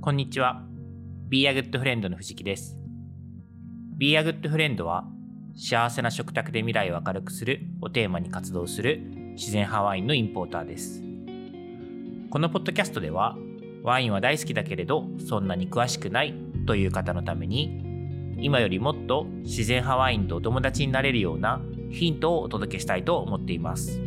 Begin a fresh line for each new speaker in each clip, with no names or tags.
こんにちは。Be a Good Friend の藤木です。Be a Good Friend は、幸せな食卓で未来を明るくするをテーマに活動する自然派ワインのインポーターです。このポッドキャストでは、ワインは大好きだけれど、そんなに詳しくないという方のために、今よりもっと自然派ワインとお友達になれるようなヒントをお届けしたいと思っています。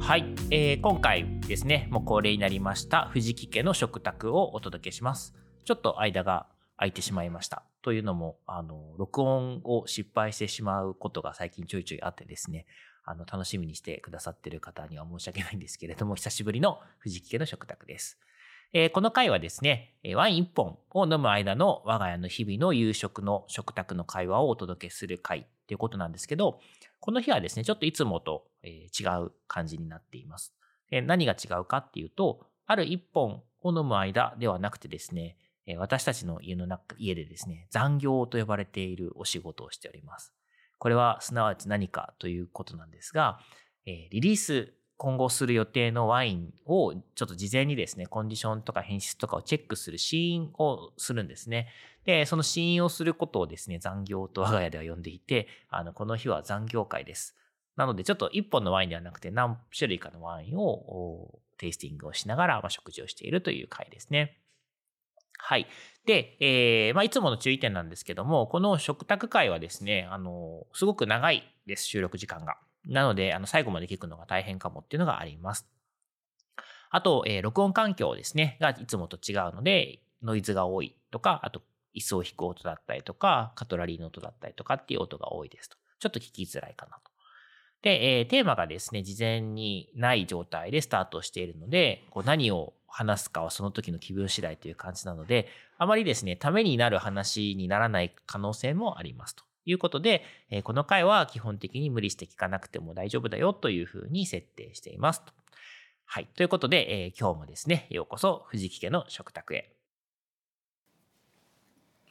はい、えー今回ですね、もう恒例になりました藤木家の食卓をお届けします。ちょっと間が空いてしまいました。というのも、あの、録音を失敗してしまうことが最近ちょいちょいあってですね、あの、楽しみにしてくださってる方には申し訳ないんですけれども、久しぶりの藤木家の食卓です。えーこの回はですね、えーワイン1本を飲む間の我が家の日々の夕食の食卓の会話をお届けする回っていうことなんですけど、この日はですね、ちょっといつもと、えー違う感じになっています。えー何が違うかっていうと、ある一本を飲む間ではなくてですね、えー私たちの家の中、家でですね、残業と呼ばれているお仕事をしております。これはすなわち何かということなんですが、えーリリース今後する予定のワインをちょっと事前にですね、コンディションとか品質とかをチェックする試飲をするんですね。で、その試飲をすることをですね、残業と我が家では呼んでいて、あの、この日は残業会です。なので、ちょっと1本のワインではなくて、何種類かのワインをおテイスティングをしながら、まあ、食事をしているという回ですね。はい。で、えーまあ、いつもの注意点なんですけども、この食卓会はですね、あの、すごく長いです、収録時間が。なので、あの、最後まで聞くのが大変かもっていうのがあります。あと、えー録音環境ですね、がいつもと違うので、ノイズが多いとか、あと、椅子を引く音だったりとか、カトラリーの音だったりとかっていう音が多いですと。ちょっと聞きづらいかなと。で、えーテーマがですね、事前にない状態でスタートしているので、こう何を話すかはその時の気分次第という感じなので、あまりですね、ためになる話にならない可能性もありますということで、えーこの回は基本的に無理して聞かなくても大丈夫だよというふうに設定していますと。はい。ということで、えー今日もですね、ようこそ藤木家の食卓へ。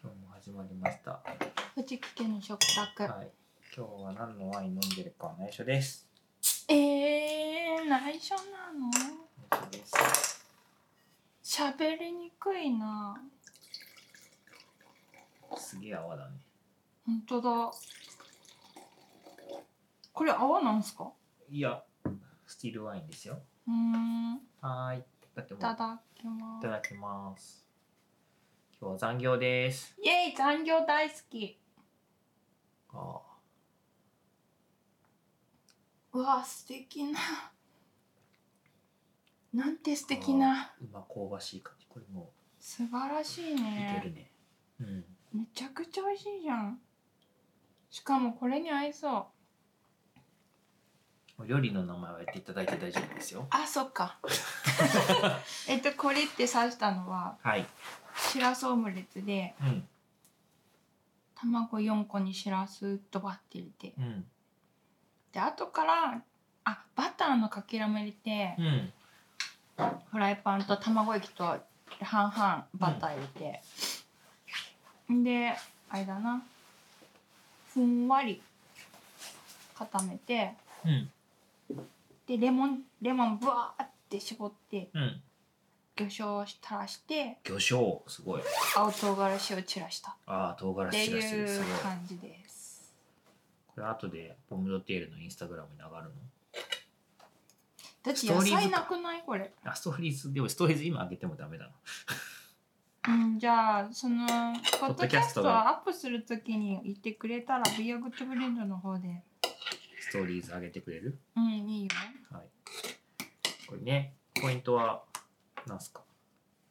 今日も始まりました。
藤木家の食卓、
はい。今日は何のワイン飲んでるかは内緒です。
えー、内緒なの
内緒です。
喋りにくいな
すげえ泡だね。
ほんとだこれ泡なんすか
いや、スティールワインですよ。
うーんい
はーい。だってもうい
た
た
だきます
だきます。今日は残業です。
イエイ残業大好き
あ
うわ素敵ななんて素敵な
ーうま香ばしい感じ。これも
素晴らしいう
いけ
ね
るね。うん。
めちゃくちゃ美味しいじゃんしかもこれに合いそう
お料理の名前は言っていただいて大丈夫ですよ。
あそ っかえっとこれって刺したのは
はい。
しらすオムレツで
うん。
卵4個にしらすドバって入れて
うん。
で後からあバターのかけらも入れて
うん。
フライパンと卵液と半々バター入れて、であれだなふんわり固めて
うん。
でレモンレモンブワーって絞って
うん。
魚醤を垂らして
魚醤、すごい。
青唐辛子を散らした
ああ、唐辛
って
子が
い
す
う
ごい。
感じです。
これ後でポムドテールのインスタグラムに上がるの
だって野菜なくないこれ。
あ、ストーリーズ、でもストーリーズ今上げてもダメだな。
うん、じゃあそのポッ
ド
ド
キ
キ
ャ
ャ
ス
ス
ト
ト
が
をアップするときに言ってくれたら「ビアグッドブレンド」の方で
ストーリーズ上げてくれる
うんいいよ
はい。これね、ポイントは、なんすか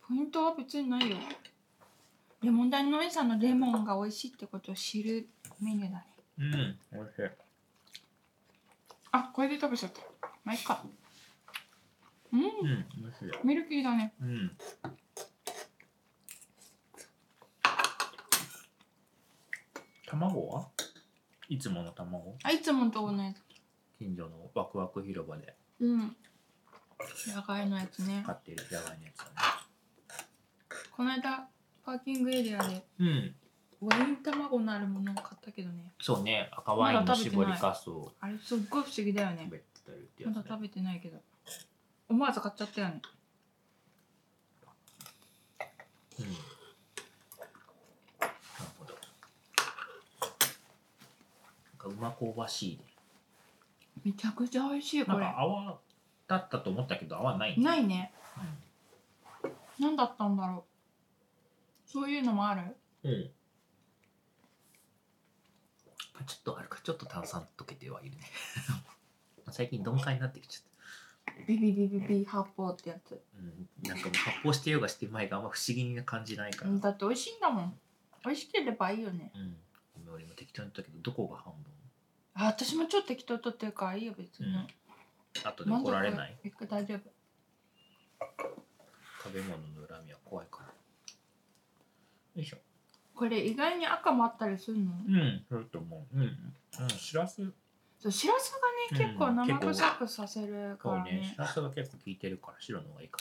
ポイントは別にないよレモンダイのエさんのレモンが美味しいってことを知るメニューだね
うん、おいしい。
あこれで食べちゃったまあいっかうん
うん、おいしい。
ミルキーだね
うん。卵はいつもの卵
あいつもと同じ
近所のワクワク広場で
うん野外のやつね
買ってる野外のやつだね。
この間パーキングエリアで
うん。
ウェイ卵のあるものを買ったけどね
そうね、赤ワインの絞りかすを
あれすっごい不思議だよね
食べてたりってや
ま
つ、
だ
ね。
食べてないけど思わず買っちゃったよね
うん。なるほど。なんかうま香ばしいね。
めちゃくちゃ美味しい
な
こ
ん
れ
か泡だったと思ったけど泡ないね。
ないね
うん
何だったんだろうそういうのもある
うん。ちょっとあれか、ちょっと炭酸溶けてはいるね。 最近鈍感になってきちゃっ
ビビビビビ発泡ってやつ
た。うん、なんかもう発泡してようがしてまいがあんま不思議に感じないから。うん。
だって美味しいんだもん美味しければいいよね
ごめん俺も適当に言ったけど、どこが半分
あ私もちょっと適当に取ってるからいいよ別に、
うん後で怒られない
満足大丈夫
食べ物の恨みは怖いから。よいしょ。
これ意外に赤もあったりするの、
うん、そうだと思う。うん。うん、しらす。
そうしらすがね
うん
結構生
結構
臭くさせるか
そう
ら
ね、
ね
しらすが結構効いてるから、白の方がいいか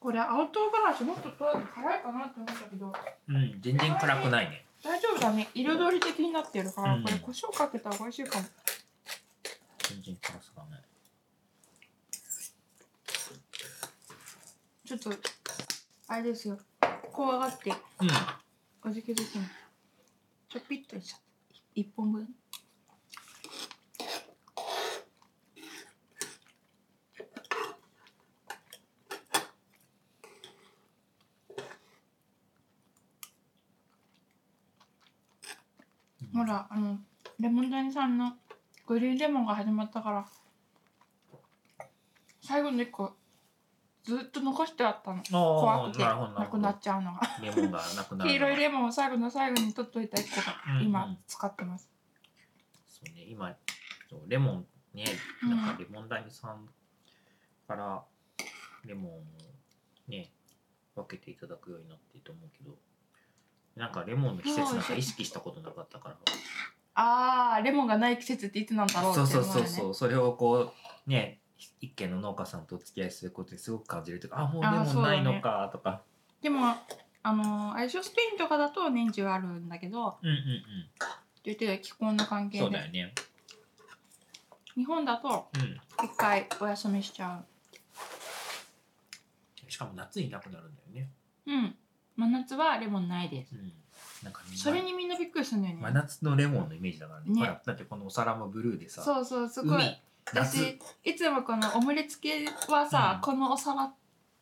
これ青唐辛子もっと辛いかなって思ったけど
も。うん、全然辛くないね。
大丈夫だね彩り的になってるから、
うん
これ胡椒かけたら美味しいかも
全然辛さがない。
ちょっとあれですよ怖がって
うん。
おじけづきにちょぴっとしちゃった一本分ほらあのレモン谷さんのグリーンレモンが始まったから最後の一個ずっと残してあったの
あー
怖くて
なる
な
ほどなるほ
く
ど
なっちゃうのが
レモンがなくなるのが。
黄色いレモンを最後の最後に取っといた一個が
うんう
今
ん
使ってます、
そうね、今、そうレモンね、
うん
なんかレモン谷さんからレモンをね、分けていただくようになってると思うけど、なんかレモンの季節なんか意識したことなかったから、
あーレモンがない季節っていつなんだろうって
そ
いううの
そう
がね
そうそう、それをこう、ね、一軒の農家さんとお付き合いすることにすごく感じるというか、あ、もうレ
あー
モ
そう
ンな
だね
いのかとか、
でもあのアイショスペインとかだと年中あるんだけど
うんうん
言ってた気候の
う
関
ん、
係
そう
で
だよね。
日本だと
うん。
一回お休みしちゃ
しかも夏になくなるんだよね。
ううん真夏はレモンないです
うん。なんかみんな
それにみんなびっくりするんだよね、
真夏のレモンのイメージだからね
ね
ほらだってこのお皿もブルーでさ
そうそうすごい
海夏
私いつもこのオムレツ系はさ、
うん
このお皿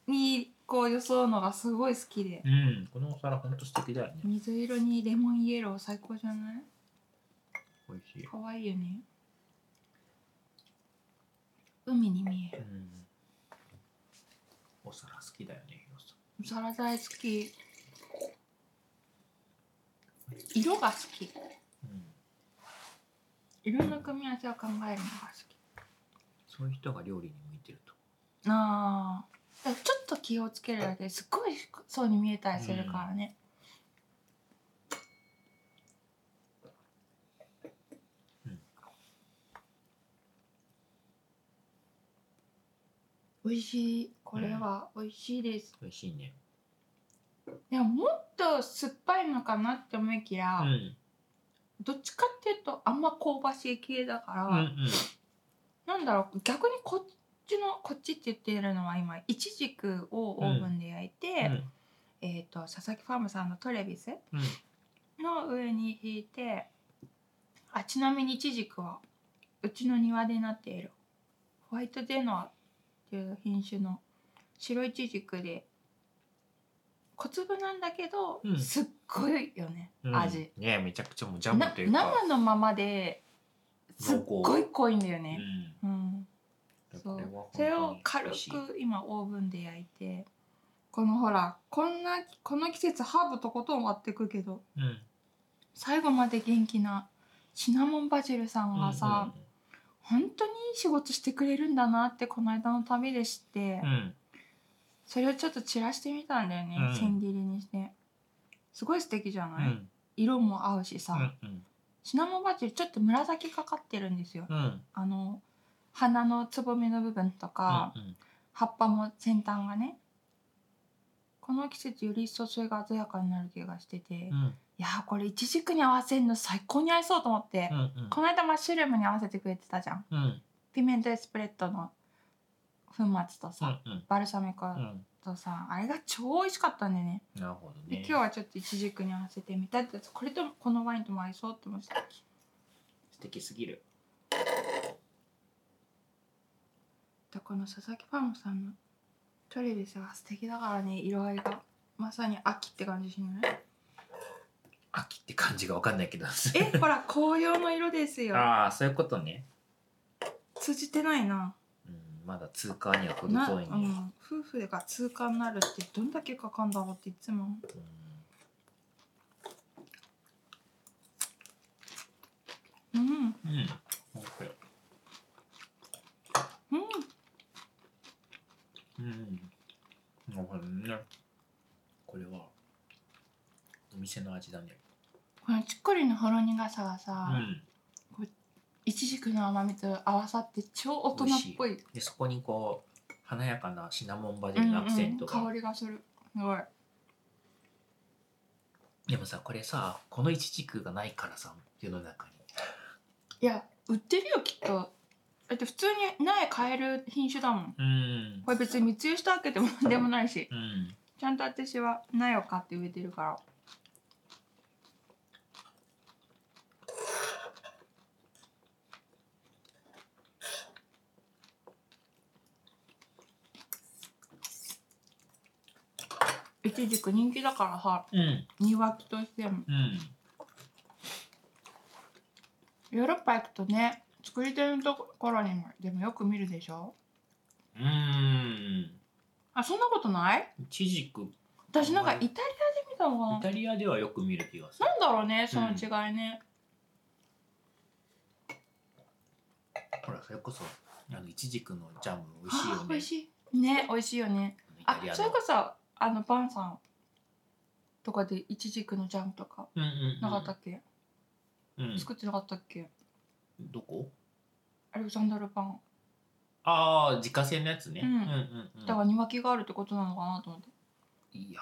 にこう装うのがすごい好きで
うんこのお皿ほんと素敵だよね
水色にレモンイエロー最高じゃない
美味しい、
可愛いよね海に見え
う
る
ん、お皿好きだよねヒロさ
お皿大好き色が好き
ん、うん、
いろんな組み合わせを考えるのが好き
そういう人が料理に向いてると
あーだからちょっと気をつけるだけですっごいそうに見えたりするから
う
ね、
ん
美味しいこれは美味しいです、
美味しいね
いやもっと酸っぱいのかなって思いきや、
うん
どっちかっていうとあんま香ばしい系だから、
うんうん
なんだろう逆にこっちのこっちって言っているのは今いちじくをオーブンで焼いて、
うん
えー、と佐々木ファームさんのトレビス
うん
の上に引いてあちなみにイチジクはうちの庭でなっているホワイトデノアっていう品種の白イチジクで小粒なんだけど、
うん
すっごいよね、
うん
味
ねめちゃくちゃもうジャム
な
というか
生のままですっごい濃いんだよ
う
ね、
ん
うん、そ
こ
う
れは本当に
それを軽
美
く
味しい
今オーブンで焼いてこのほらこんなこの季節ハーブとことん割ってくけど
うん
最後まで元気なシナモンバジルさんはさ、本当にいい仕事してくれるんだなってこの間の旅で知って、
うんうん
それをちょっと散らしてみたんだよね、
うん
千切りにしてすごい素敵じゃ
う
ない、
ん
色も合うしさ、
うんうん
シナモンバジルちょっと紫かかってるんですよ。
うん
あの花のつぼみの部分とか、
うん
葉っぱも先端がねこの季節より一層それが鮮やかになる気がしてて、
う
い
ん
やーこれイチジクに合わせるの最高に合いそうと思って、
うんうん
この間マッシュルームに合わせてくれてたじゃん
うん
ピメントエスプレッドの粉末とさ、
うん
バルサミコ
うん
とさ、あれが超美味しかったんだよね
なるほど
で
ね
今日はちょっとイチジクに合わせてみたってこれともこのワインとも合いそうって思ってた
素敵すぎる
でこの佐々木パンさんのトレビスは素敵だからね色合いがまさに秋って感じしない
秋って感じがわかんないけど
えほら紅葉の色ですよ
ああそういうことね
通じてないな
うんまだ通過には程
な、
遠いね
うん、夫婦が通過になるってどんだけかかんだろうっていつも
うん
うん
うん。
うん
うん。なるほどね。これは。お店の味だね。
このちっこりのほろ苦さが
う
さ、
ん。
いちじくの甘みと合わさって超大人っぽい
で、そこにこう。華やかなシナモンバジルのアクセントが。
うんうん、香りがするすごい
でもさ、これさ、このイチジクがないからさ、世の中に。
いや売ってるよきっとだって普通に苗買える品種だもん
うん。
これ別に密輸したわけでもなんでもないし
うん。
ちゃんと私は苗を買って植えてるからいちじく人気だからさ
うん。
庭木としても
うん。
ヨーロッパ行くとね作り手のところにもでもよく見るでしょ
うん。
あそんなことない
イチジク。イ
私なんかイタリアで見たのかな
タリアではよく見る気がする。
なんだろうねその違いね、
ほら、それこそ。あのイチジクのジャム、美味しいよ
あ
ね。
美味しいね美味しいよね
イタ
あ
リアの
それこそあのバンさんとかでイチジクのジャムとか
うんうんうん。
なかったっけ、
うん。
作ってなかったっけ
どこ
アレクサンドルパン
ああ自家製のやつね、
うん
うんうんうん
だから庭木があるってことなのかなと思って
いや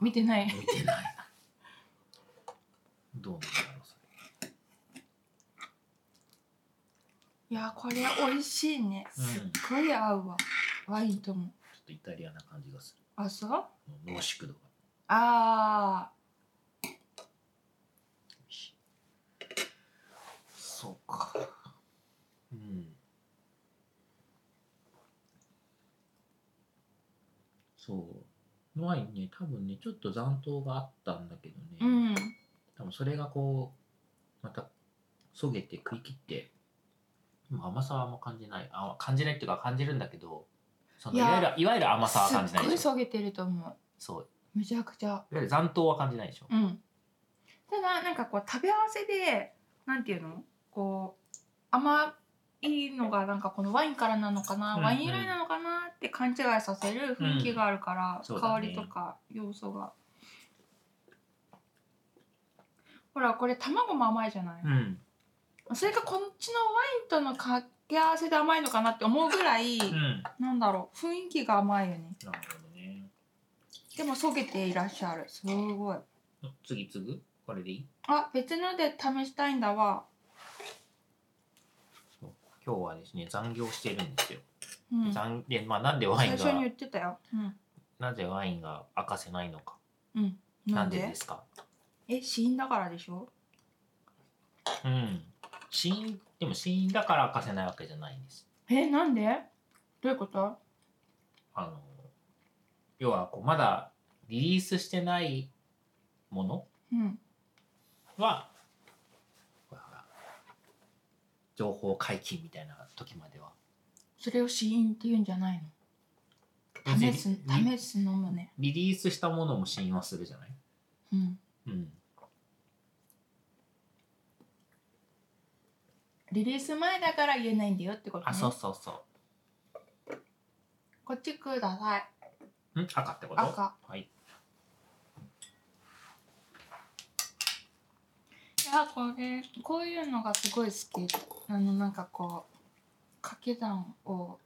見てな
ー
い
見てない などうなんだろうそ
いやーこれ美味しいね
うん
すっごい合うわ、ワインとも
れちょっとイタリアな感じがす
あそう
る濃縮度が
あ
そうかうんそうワインね多分ねちょっと残糖があったんだけどね、
ーうん
多分それがこうまたそげて食い切ってでも甘さはあんま感じないあ感じないっていうか感じるんだけどその
い
い
や
わゆるいわゆる甘さは感じ
す
な
っ
い
ご
で
い
しょ
そげてると思う
そう
めちゃくちゃ
いわゆる残糖は感じないでしょ、
うん、ただなんかこう食べ合わせでなんていうのこう甘いのがなんかこのワインからなのか
う
な、
んうん
ワイン由来なのかなって勘違いさせる雰囲気があるから、
うんそうだ
香
ね
りとか要素が。ほらこれ卵も甘いじゃない、
ん
それかこっちのワインとの掛け合わせで甘いのかなって思うぐらい、
うんな
なんだろう雰囲気が甘いよね
るほどね
でもそげていらっしゃるすごい
次次ぐこれでいい
あ別ので試したいんだわ
今日はですね残業してるんですよ、
うん
残でまあなんでワイ
最
ン
初に
が
言ってたよ。うん。
なぜワインが明かせないのか
うん。
なんでですか
え、死因だからでしょ
うん死因でも死因だから明かせないわけじゃないんです
え、なんでどういうこと
あの要はこうまだリリースしてないもの
うん。
はほらほら情報解禁みたいな時までは
それを死因って言うんじゃないの試す、試すのもね。
リリースしたものも信用するじゃない
うん。
うん
リリース前だから言えないんだよってことね。
あそうそうそ
こっちください。
うん赤ってこと
赤。
はい
いやあこれこういうのがすごい好きあのなんかこう掛け算を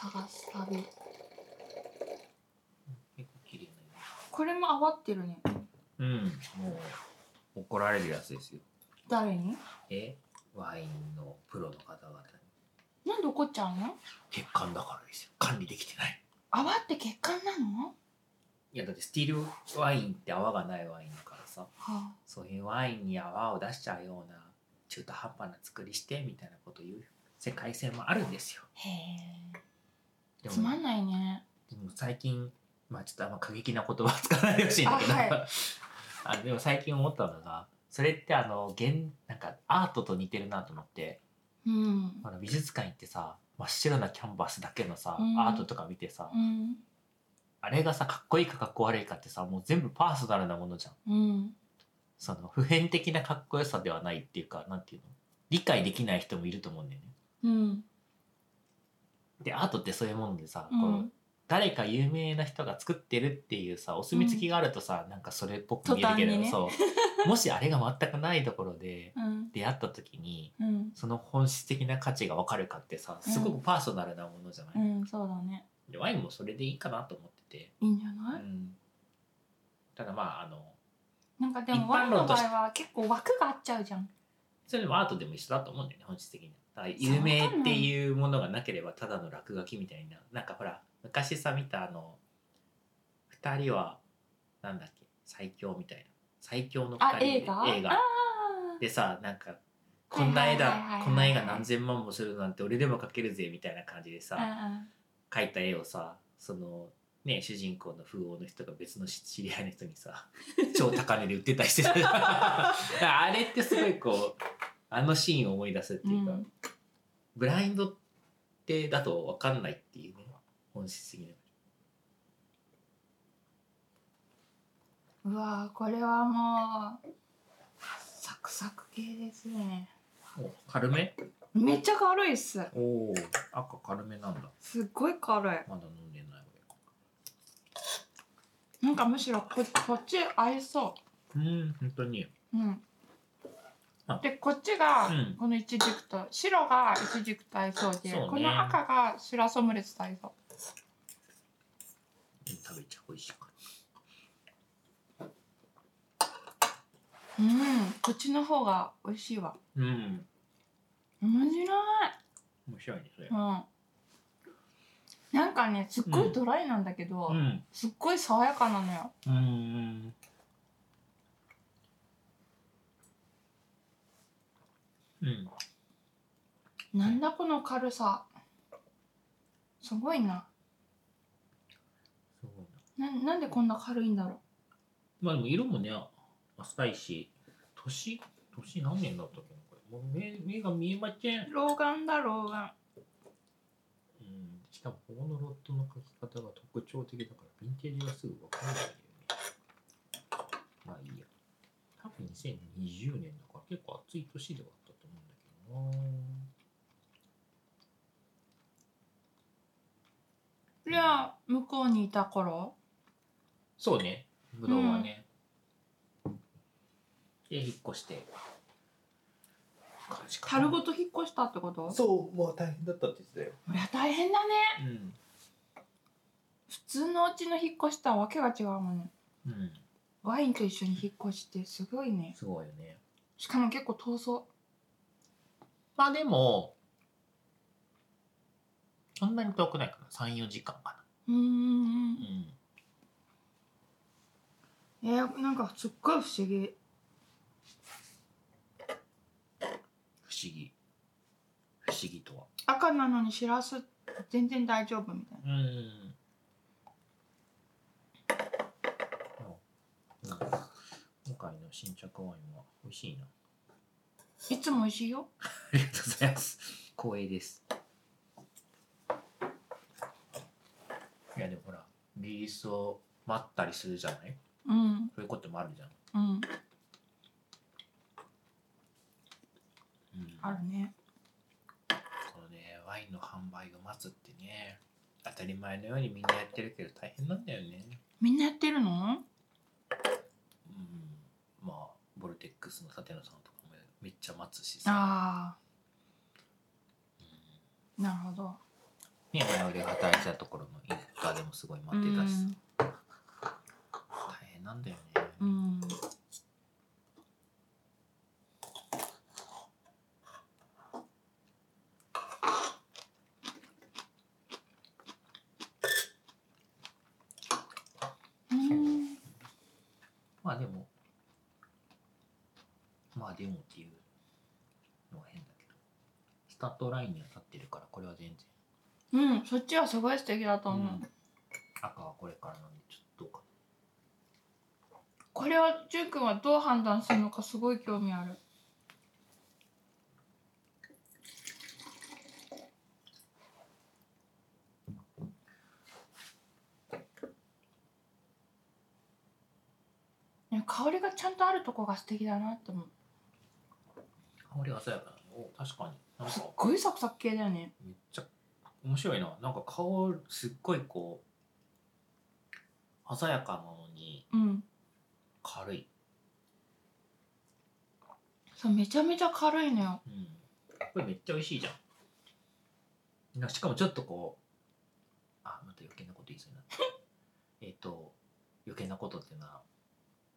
探す旅
結構綺麗な
これも泡ってるね
うん、もう怒られるやつですよ。
誰に
え、ワインのプロの方々に
なんで怒っちゃうの
欠陥だからですよ。管理できてない。
泡って血管なの
いやだってスティールワインって泡がないワインだからさ、
は
そういうワインに泡を出しちゃうような中途半端な作りしてみたいなこと言う世界線もあるんですよ。
あ、へえ
でも
つまんないね
でも最近まあちょっとあんま過激な言葉は使わないでほしいんだけど、
あ
あ,、
は い
でも最近思ったのがそれってあの現なんかアートと似てるなと思って。
うん
あの美術館行ってさ真っ白なキャンバスだけのさ、
うん
アートとか見てさ、
うん
あれがさかっこいいかかっこ悪いかってさもう全部パーソナルなものじゃん
うん
その普遍的なかっこよさではないっていうかなんていうの理解できない人もいると思うんだよね
うん
でアートってそういうものでさ、
う
こ
ん
う誰か有名な人が作ってるっていうさお墨付きがあるとさ、なんかそれっぽく見えるけど、
途端にね
そうもしあれが全くないところで
うん
出会った時に
うん
その本質的な価値が分かるかってさすごくパーソナルなものじゃない、
うんそうだね
でワインもそれでいいかなと思ってて、
いいんじゃ
う
ない
ん、ただまああの
なんかでも
一般
ワインの
論と
場合
して
は結構枠があっちゃうじゃん
それでもアートでも一緒だと思うんだよね本質的にだから
そうな
有
の
名っていうものがなければただの落書きみたいななんかほら昔さ見たあの二人はなんだっけ最強みたいな最強の
あ
二人
映
映
画あ
画でさなんかこんな絵
はいはいはいはいは
だ
い
こんな絵が何千万もするなんて俺でも描けるぜみたいな感じでさ、
あ
描いた絵をさそのね主人公の富豪の人が別のし知り合いの人にさ 超高値で売ってたりしてただからあれってすごいこうあのシーンを思い出すっていうか、
うん
ブラインドってだと分かんないっていうね本質的な
うわーこれはもうサクサク系ですね
お軽め
めっちゃ軽いっす
おお赤軽めなんだ
すっごい軽い
まだ飲んでない
なんかむしろここっち合いそ
俺うん本当に
ううん
あ
でこっちが
うん
このイチジクと白がイチジクと合いそうで
そうね
この赤がシラソムレツと合いそう
食べちゃ美味しいから
うんこっちの方が美味しいわ
うん
面白い
面白いねそれ
うんなんかねすっごいドライなんだけど、
うん
すっごい爽やかなのよ
うんうん
なんだこの軽さすごいな
すごいな
ななんでこんな軽いんだろ
まあでも色もね浅いし年年何年だったっけなこれもう目目が見えません、
う老眼だ老眼
うん、しかもここのロットの書き方が特徴的だからヴィンテージがすぐ分かんないんだよねまあいいや多分2020年だから結構暑い年ではあったと思うんだけどな
じゃあ向こうにいた頃
そうね、ぶどうはね。で、引っ越して。
樽ごと引っ越したってこと
そう、まあ大変だったって言ってたよ。
こりゃ大変だね
うん。
普通のうちの引っ越しとはわけが違うもんね
うん。
ワインと一緒に引っ越しってすごいね
すごいよね。
しかも結構遠そ
まあでも、そんなに遠くないかな。3、4時間か
ううーん
な。うん。
えー、なんかすっごい不思議
不思議。不思議とは。
赤なのにしらす全然大丈夫みたいな
うん。うん、今回の新着ワインは美味しいな。
いつも美味しいよ
ありがとうございます。光栄です。いやでもほら、リリースを待ったりするじゃない
うん
そういうこともあるじゃん。
うん
うん、
あるね
このね、ワインの販売を待つってね、当たり前のようにみんなやってるけど大変なんだよね。
みんなやってるの
うん。まあ、ボルテッククスの舘野さんとかもめっちゃ待つしさ、
ああなるほど
うん、ね我々が働いてたところのインフラでもすごい待ってたしさ、大変なんだよね、
うんうんうん
まあでもまあでもっていうのは変だけどスタートラインには立ってるからこれは全然
うん、そっちはすごい素敵だと思う、
うん赤はこれからなんでちょっとどうか
これはジュン君はどう判断するのかすごい興味あるね香りがちゃんとあるとこが素敵だなって思う
な香りが鮮やかなのお確かになん
すっ
か
ごいサクサク系だよね
めっちゃ面白いななんか香るすっごいこう鮮やかなのに
うん
軽い、
そうめちゃめちゃ軽いのよ
うん、これめっちゃ美味しいじゃんなしかもちょっとこうあまた余計なこと言いそうになった えっと余計なことっていうのは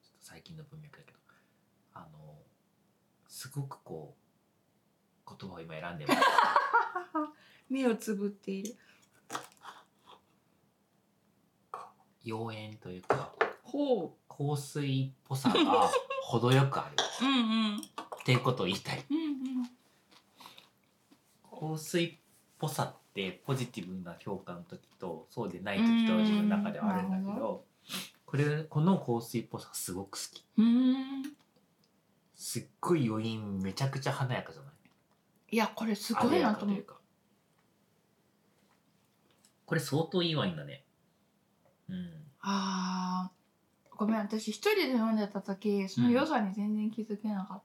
ちょっと最近の文脈だけどあのすごくこう言葉を今選んでます
目をつぶっている
妖艶というか
ほ
香水っぽさが程よくある
ううんうん
っていうことを言いたい
うんうん
香水っぽさってポジティブな評価の時とそうでない時と自分の中ではあるんだけ
うんなる
どこれこの香水っぽさすごく好き
うーん
すっごい余韻めちゃくちゃ華やかじゃない
いやこれすごい
や
な
か
と
と
思
いううかこれ相当いいワインだねうん
あーごめん私一人で飲んでた時その良さに全然気づけなかっ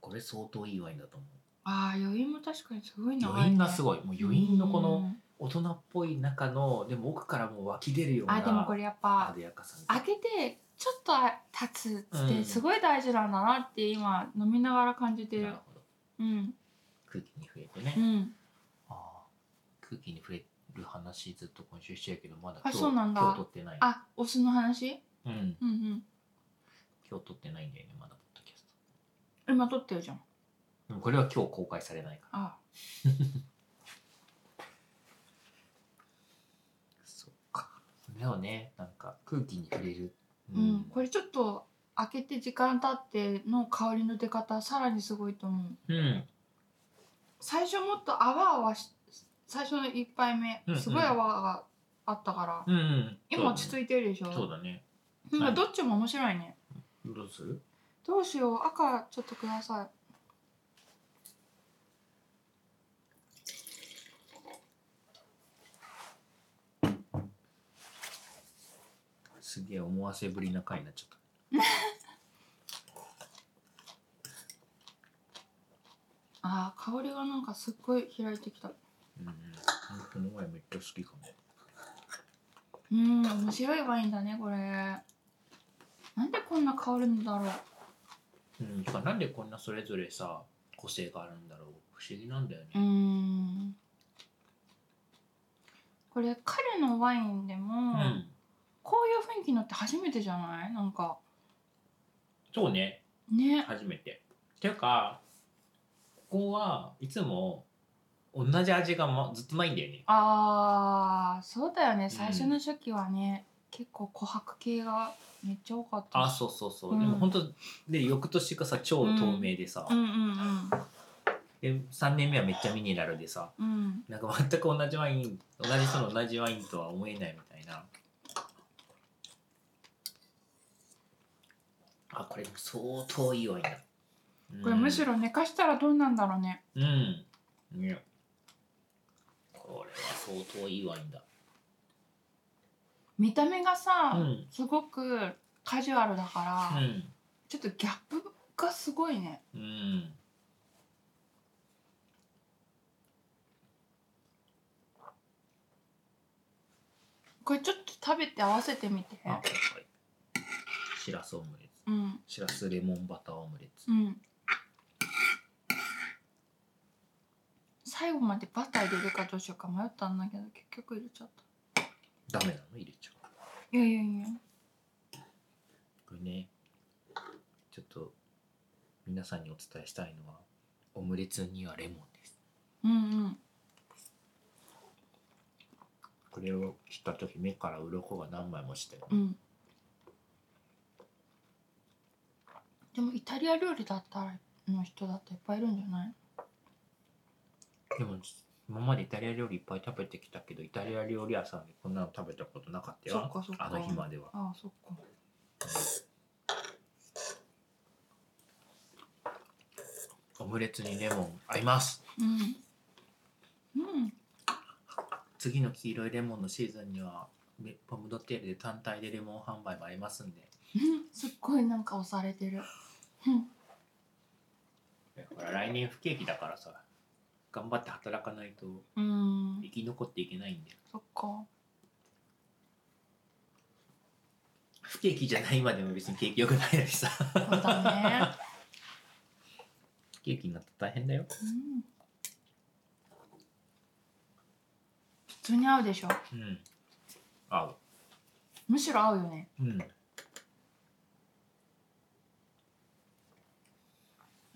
これ相当いいワインだと思う
た、ああー余韻も確かにすごいな
余韻がす
い
ごいもう余韻のこの大人っぽい中のでも奥からもう湧き出るよう
あでも
な
これやっぱ
艶やかさみたい
開
な
けてちょっと経つっ
う
て
ん
すごい大事なんだなって今飲みながら感じて
な
る
るほど
うん
空気に触れてね、
うん
あー空気に触れる話ずっと今週してるけどまだ
あそうなんだ
今日撮ってない、
あお酢の話
うん、
うんうん
今日撮ってないんだよねまだポッドキャス
今撮ってるじゃん
トでもこれは今日公開されないから
あ
そうかでもねなんか空気に触れる
ーうん、これちょっと開けて時間経っての香りの出方さらにすごいと思
う
う
ん
最初もっと泡わし最初の一杯目
うんうん
すごい泡があったから、
うんうん
今落ち着いてるでしょ
そうだね
なんかどっちも面白いね
どうする
どうしよう赤ちょっとくださ
すげえ思わせぶりな回になっちゃった
いあー香りがなんかすっごい開いてきた
うんうんこのワインめっちゃ好きかも
うん面白いワインだねこれなんでこんな香るんだろう
うんてかなんでこんなそれぞれさ個性があるんだろう不思議なんだよね
うーんこれ彼のワインでも、
うん、
こういう雰囲気のって初めてじゃないなんか
そうね
ね
初めて。ていうかここはいつも同じ味が、ま、ずっとないんだよね。
あーそうだよね最初の初期はね、結構琥珀系がめっちゃ多かった
あそうそうそう、
うん
でも本当で翌年がさ超透明でさ、
うんうん
で3年目はめっちゃミネラルでさ
うんうん
なんか全く同じワイン同じ人の同じワインとは思えないみたいな。あこれ相当いいワインだ。うん
これむしろ寝かしたらどうなんだろうね
うん。ね。これは相当いいワインだ。
見た目がさ、
うん。
すごくカジュアルだから、
うん。
ちょっとギャップがすごいね
うん。
これちょっと食べて合わせてみて
あ、はい。しらすオムレツ。
うん
しらすレモンバターオムレツ、
うん最後までバター入れるかどうしようか迷ったんだけど結局入れちゃった
ダメなの入れちゃう
いやいやいや
これねちょっと皆さんにお伝えしたいのはオムレツにはレモンです
うん
これを切った時目から鱗が何枚もして
うんうんでもイタリア料理だったの人だっていっぱいいるんじゃない
でも今までイタリア料理いっぱい食べてきたけどイタリア料理屋さんでこんなの食べたことなかった
そっ
よ
かそっか
あの日までは
ああそっか
オムレツにレモン合います
うんうん
次の黄色いレモンのシーズンにはねポムドテールで単体でレモン販売もありますんで
うんすっごいなんか押されてる。うん
ほら来年不景気だからさ頑張って働かないと
うん
生、き残っていけないんで
そっか。
不景気じゃない今でも別に景気良くないのにさ
そうだ
不景気になったら大変だよ
ね。うん。普通に合うでしょ。
うん合
むしろ合うよね。
ううん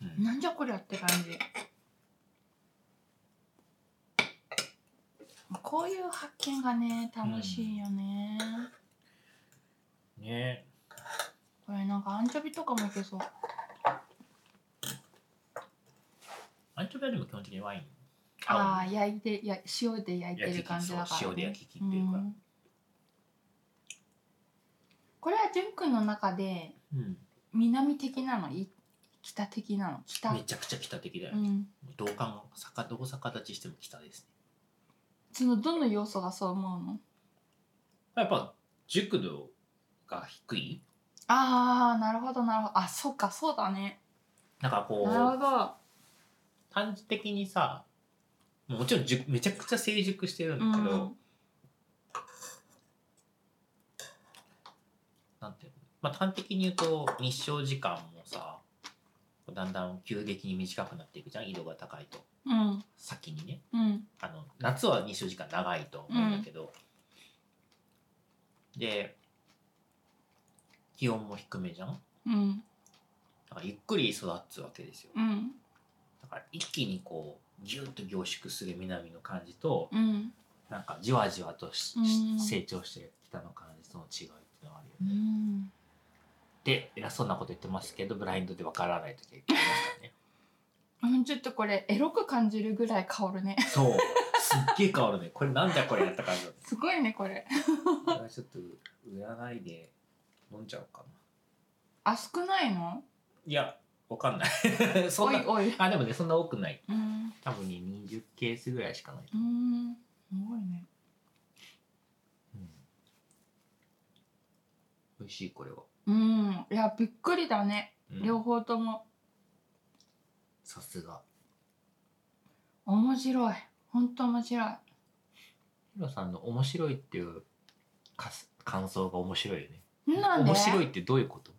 うん
なんじゃこりゃって感じ。こういう発見がね、楽しいよね。
ね
これなんかアンチョビとかもいけそう。
アンチョビはでも基本的にワイン
ああ、
あ
焼いて、や、塩で焼いて
焼
る
き
感じだから、ね。
そう塩で焼き切ってるから
うんこれはジュン君の中で
うん
南的なのい北的なの北
めちゃくちゃ北的だよ、
う
ね
ん
同感逆どう逆立ちしても北ですね
そのどの要素がそう思うの
やっぱ熟度が低い
ああなるほどなるほどあそうかそうだね
なんかこ
なるほ
う
ど
短期的にさもちろん熟めちゃくちゃ成熟してるんだけど、
うん
なんていうのまあ端的に言うと日照時間もさだんだん急激に短くなっていくじゃん緯度が高いと
うん
先にね
うん
あの夏は日照時間長いと思うんだけど、で気温も低めじゃん
うん
だからゆっくり育つわけですよ
うん
だから一気にこうギュッと凝縮する南の感じと
うん
なんかじわじわとし
うん
成長してる北の感じとの違いってのがあるよね
う。ん
で偉そうなこと言ってますけどブラインドでわからない時はいっぱいありますからね
うんちょっとこれエロく感じるぐらい香るね
そうすっげえ変わるねこれなんだこれやった感じだ
すごいねこれ
これはちょっと占いで飲んじゃおうかな
あ少ないの
いやわかんない そ
お
ん
い
な
おい
あでもねそんな多くない
うん
多分ね20ケースぐらいしかない、
うんすごいね
うん、美味しいこれは、
うんいやびっくりだね
うん
両方とも
さすが
面白い本当面白い
ヒロさんの面白いっていうかす感想が面白いよね。
なんで
面白いってどういうこと？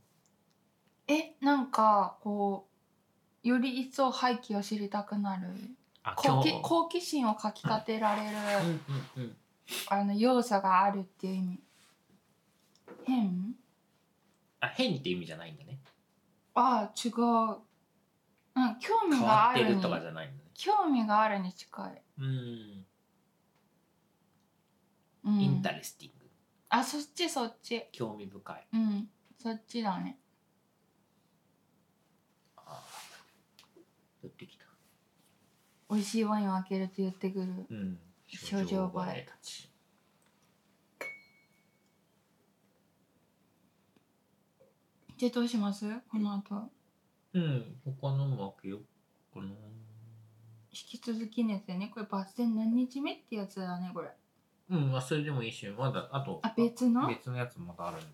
えなんかこうより一層背景を知りたくなる
あ
好
今
奇
日
好奇心をかきたてられる、
うんうんうん。
あの要素があるっていう意味変
あ変って意味じゃないんだね。
あ違う、うん、興味
変
が
わ
あ
って
る
る
に
とかじゃないんだね。
興味があるに近い、
うん。
うん、
インタレスティング
あそっちそっち
興味深い。
うんそっちだね
あー寄ってきた。
美味しいワインを開けると言ってくる
うん。
少女バレエ
たち。
でどうしますこの後
うん。他のも開けようかな。
引き続きねですよねこれバス停何日目ってやつだねこれ
うん。まあそれでもいいし、まだあと
あ別の
別のやつまだあるんだよ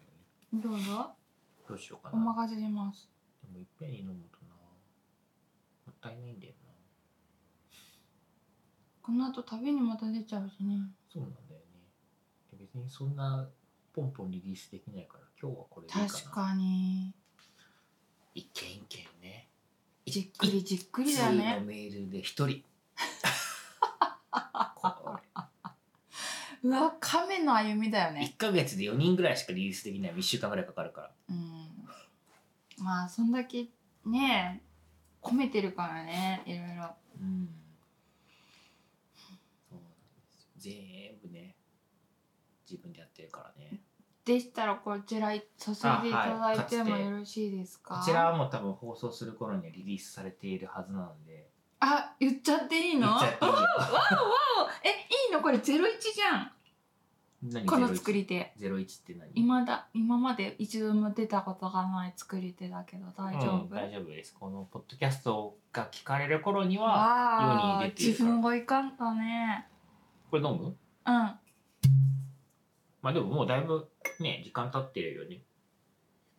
ね。
どうぞ
どうしようか
お
な。
任せします
でもいっぺんに飲むとなもったいないんだよな
この後旅にまた出ちゃうしね
そうなんだよね別にそんなポンポンリリースできないから今日はこれでいいかな
確かに
一軒一軒ね
じっくりじっくり
通
だ
の
ね
メールで一 人こ
うわ亀の歩みだよ
れ一
ね
ヶ月で四人ぐらいしかリリースできない一週間ぐらいかかるから
うんまあそんだけね込めてるからねいろいろ
うんそうなんですよ全部ね自分でやってるからね
でしたらこちら注いでいただいてもよろしいですか
こちらはもう多分放送する頃にはリリースされているはずなので
あ言っちゃっていいの
言っちゃっていいよ
えいいのこれゼロ一じゃん
何
この作り手
ゼロ一って何
今だ今まで一度も出たことがない作り手だけど大丈
うん
夫、
大丈夫ですこのポッドキャストが聞かれる頃には
わあ
世に出ている
自分がいかんだね
これ飲む
うん
まあでももうだいぶね時間経ってるよね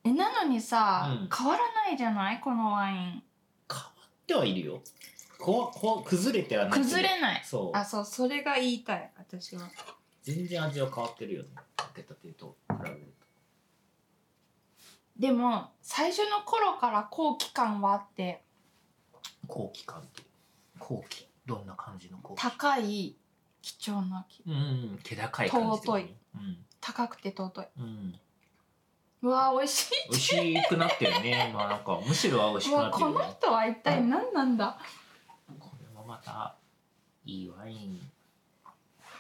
えなのにさ、
うん
変わらないじゃないこのワイ
変
ン
わってはいるよこうこう崩れてはない
崩れない
そう
あそうそれが言いたい私は
全然味は変わってるよね開けたてと比べる
でも最初の頃から後期感はあって
と後期感って後期どんな感じの後期
高い貴重な木
うんうん気高い感じだよね
高くて尊い
うんうん
うわー美味し
美味しくなってるね まあなんかむしろは美味
い
し
う
くなっ
わ
てる
こ
よ
の
ね
人は一体何なんだ、
これもまたいいワイン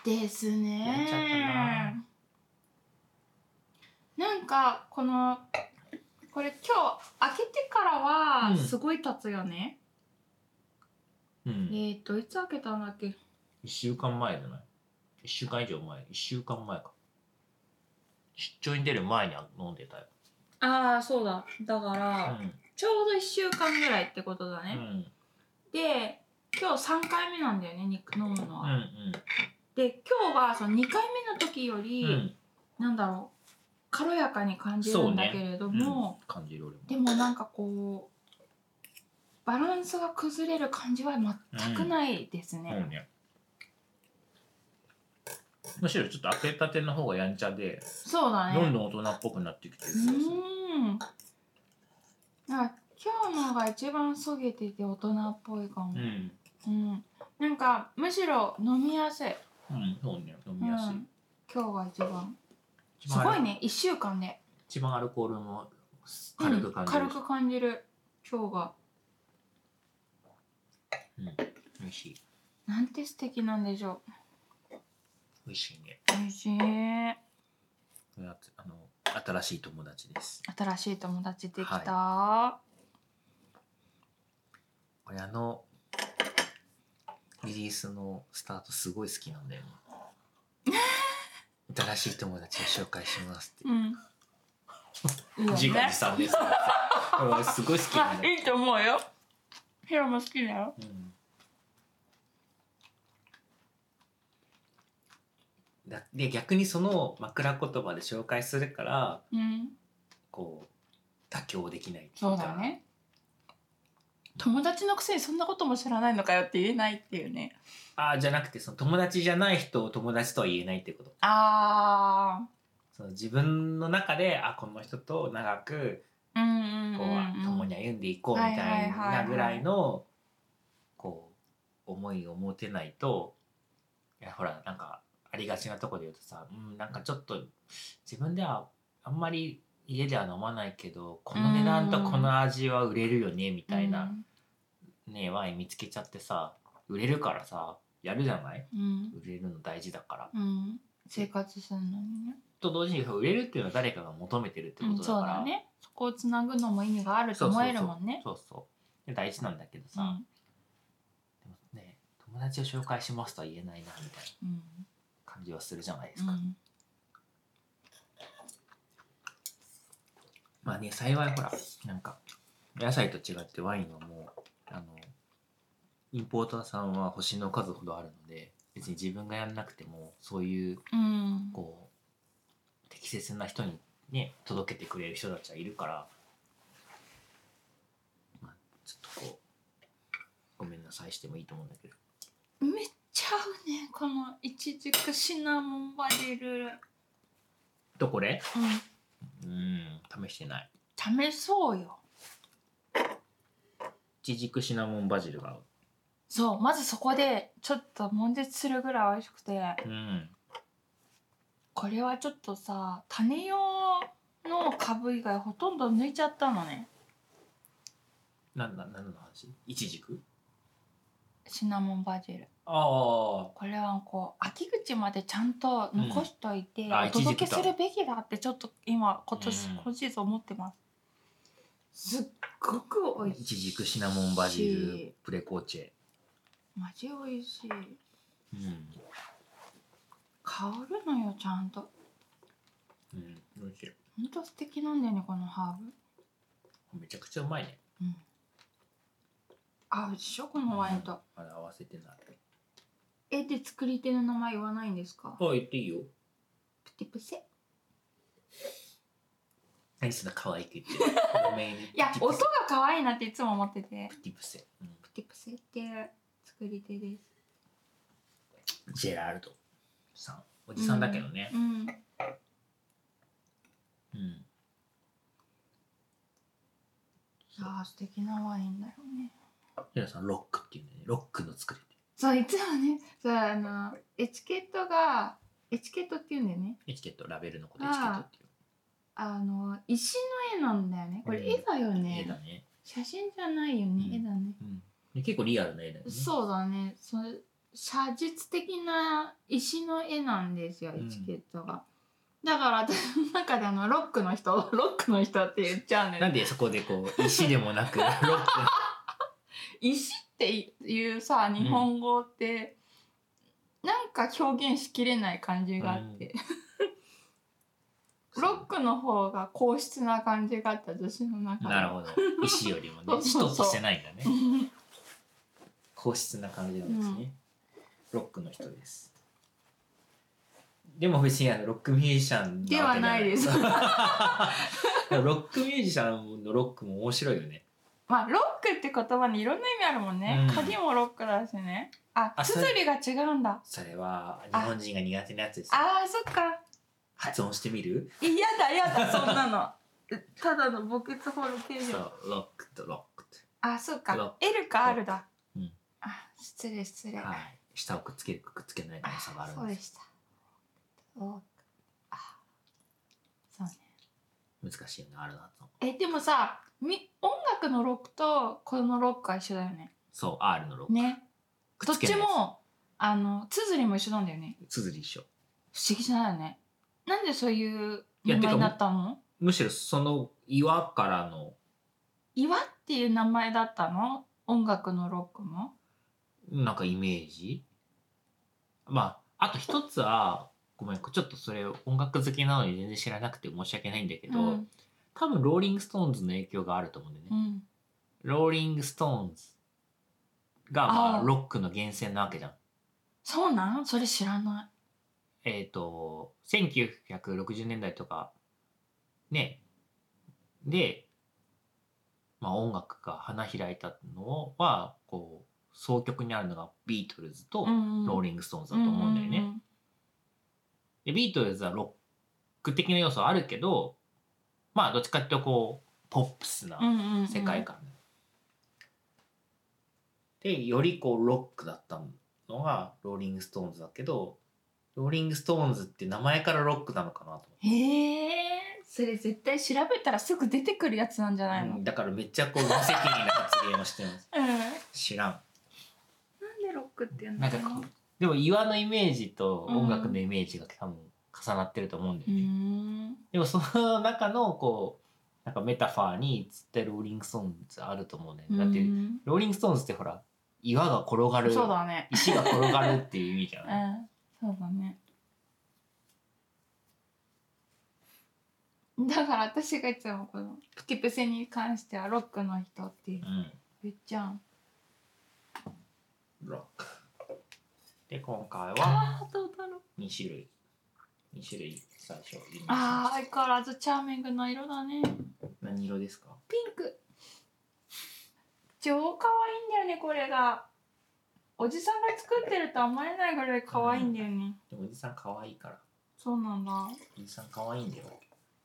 ですね
やっちゃ
なんかこのこれ今日開けてから
う
は
ん
すごい経つよね、
うん
えっ、ー、といつ開けたんだっけ
1週間前じゃない1週間以上前1週間前か出張に出る前に飲んでたよ、
ああそうだだか
う
ら、
ん
ちょうど1週間ぐらいってことだ
う
ね、
ん、
で今日3回目なんだよね肉飲むのは、
うん
で今日はその2回目の時よ
う
り、
んうん
なんだろう軽やかに感じるんだけれども、
感じる俺も
でもなんかこうバランスが崩れる感じは全くないですね、
そうねむしろちょっと開けたての方がやんちゃで、
そうだね
どんどん大人っぽくなってきてる
うーんなんか今日のが一番そげてて大人っぽいかも
う、ん
うん、なんかむしろ飲みやすい
うんそうね飲みやすい、
うん、今日が一番
一
す
番
ごいね1週間で
一番アルコールも軽く感じる、
うん、軽く感じる今日が
美味しい
なんて素敵なんでしょ
美味しいね
う美味しい
これはあの新しい友達です
新しい友達できた、
これあのリリースのスタートすごい好きなんだよね 新しい友達を紹介しますって
うんいいよ
ジガ
ね
ジさん です。うんすごい好きな
あ
んだよ。
いいと思うよヒロも好きだよ
うんだで逆にその枕言葉で紹介するから
うん
こう妥協できないってい
そう
か
だね友達のくせにそんなことも知らないのかよって言えないっていうね
ああじゃなくてその友達じゃない人を友達とは言えないってこと
あ
その自分の中であこの人と長く
ーうんうんうん、
こう、共に歩んでいこうみたいなぐらいのこう思いを持てないといやほらなんかありがちなとこで言うとさ、うん、なんかちょっと自分ではあんまり家では飲まないけどこの値段とこの味は売れるよねみたいな、ねワイン見つけちゃってさ売れるからさやるじゃない
うん、
売れるの大事だから。
うんうん、生活するのにね
と同時に売れるっていうのは誰かが求めてるって
う
こ
ん
とだ
そう
から、
だねそこをつなぐのも意味があると
そうそう
思
そう
えるもんね
そうそうで大事なんだけど
う
さ、
ん
でもね友達を紹介しますとは言えないなみたいな
うん
感じはするじゃないで
う
すか、
ん
まあね幸いほらなんか野菜と違ってワインはもうあのインポーターさんは星の数ほどあるので別に自分がやんなくてもそういう
うん
こう適切な人にね届けてくれる人たちはいるから、まあ、ちょっとこうごめんなさいしてもいいと思うんだけど
めっちゃ合うねこのいちじくシナモンバジル、うん、
どこでうーん試してない
試そうよ
ちじくシナモンバジルが合う。
そうまずそこでちょっと悶絶するぐらい美味しくて
うん。
これはちょっとさ種用の株以外ほとんど抜いちゃったのね
なんだ、なんの話いちじく
シナモンバジル
あ
これはこう秋口までちゃんと残しといて、
んあ
お届け
一時期だ
するべきだってちょっと今今年、
うん
今シーズン思ってますすっごく
あ。
美
い
味しい
ちじくシナモンバジルプレコーチ
マジ美味しい
ェ。うん。
香るのよちゃんと
うん。美味しい。
ほんと素敵なんだよねこのハーブ
めちゃくちゃうまいね。
うん合うでしょこのワインと、
うんまだ合わせてない。
えで作り手の名前言わないんですか
あ、言っていいよ。
プティプセ
何そんな可愛く言ってる。ご めんね
いや
プティ
音
プ
が
セ
可愛いなっていつも思ってて
プティプセ。うん
プティプセって作り手です
ジェラルドさん。おじさんだけどね。
うん
うん。
いやー素敵なワインだよね
ジェラさん、ロックっていうんだよね。ロックの作り
そういつもねそうあのエチケットがエチケットっていうんだよね
手。エチケット、ラベルのことエチケットっていう。
あの石の絵なんだよねこれ
うん
絵だよね、
絵だね。
写真じゃないよね、
うん
絵だね
うん。で結構リアルな絵だよね。
そうだねその写実的な石の絵なんですよ
う
エ
ん
チケットが、だから私の中であのロックの人 をロックの人って言っちゃうんだよ
なん
ね
でそこでこう石でもなくロック
石っていうさ日本語って、なんか表現しきれない感じがあって、 ロックの方が硬質な感じがあった私の中で
なるほど石よりもね
そうそうそう
人としてないんだね
うん
硬質な感じなんですね、ロックの人ですでも別にあのロックミュージシャンわけじゃ
では
ロックミュージシャンのロックも面白いよね
まあロックって言葉にいろんな意味あるもんね、
うん
鍵もロックだしねあ
あそれ
綴りが違うんだ
それは日本人が苦手なやつです
あーそっか
発音してみる
嫌だ嫌 だそんなのただの墓穴ホール形
そ
状
うロックとロック
あそう
ロッ
か L か R だ、
うん
あ失礼失礼、
とはい舌をくっつけるかくっつけない
あ
の差がある
そ
ん
う
で
ですしたそうあそうね
難しいよねあるなと
えでもさみ音楽のロックとこのロックは一緒だよね
そう R のロック
ね
く
どっ
つけな
ち
いやつ
もあの綴りも一緒なんだよね
綴り一緒
不思議じゃないよねなんでそういう名
いや
前
てか
になったの
むしろその岩からの
岩っていう名前だったの音楽のロックも
なんかイメージまああと一つはごめんちょっとそれ音楽好きなのに全然知らなくて申し訳ないんだけど、
うん
多分ローリング・ストーンズの影響があると思うんだよね、
うん
ローリング・ストーンズがま
あ
あ
ー
ロックの源泉なわけじゃん
そうなんそれ知らな
えっ、と1960年代とかねで、まあ、音楽が花開いたのはこう総曲にあるのがビートルズと
い、うんうん、
ローリング・ストーンズだと思うんだよね。
うううん
でビートルズはロック的な要素はあるけどまあどっちかっていうとこうポップス
うん
な
うんうん
世界観、でよりこうロックだったのがローリング・ストーンズだけどローリング・ストーンズって名前からロックなのかなと
へえそれ絶対調べたらすぐ出てくるやつなんじゃないの
思
う
っ
ん、
てだからめっちゃこう無責任な発言をしてます
なんで
知らん
ロックって言うん
な
だ
ん
ろ
か
う
こうでも岩のイメージと音楽のイメージが多分重なってると思うんだよ
う
ね、
ん
でもその中のこうなんかメタファーに絶対ローリング・ストーンズあると思うね、だって
うん
ローリング・ストーンズってほら岩が転がる
そうだね
石が転がるっていう意味じゃ
う
ない、
んそうだねだから私がいつもこのプティプセに関してはロックの人って
うん、
言っちゃうん
ロックで今回は
ああどうだろう
2種類2種類最初言い
あ
ま
あ相変わらずチャーミングな色だね
した何色ですか
ピンク超可愛いんだよねこれがおじさんが作ってるとは思えないぐらい可愛いんだよね、
でもおじさん可愛いから
そうなんだ、
おじさん可愛いんだよ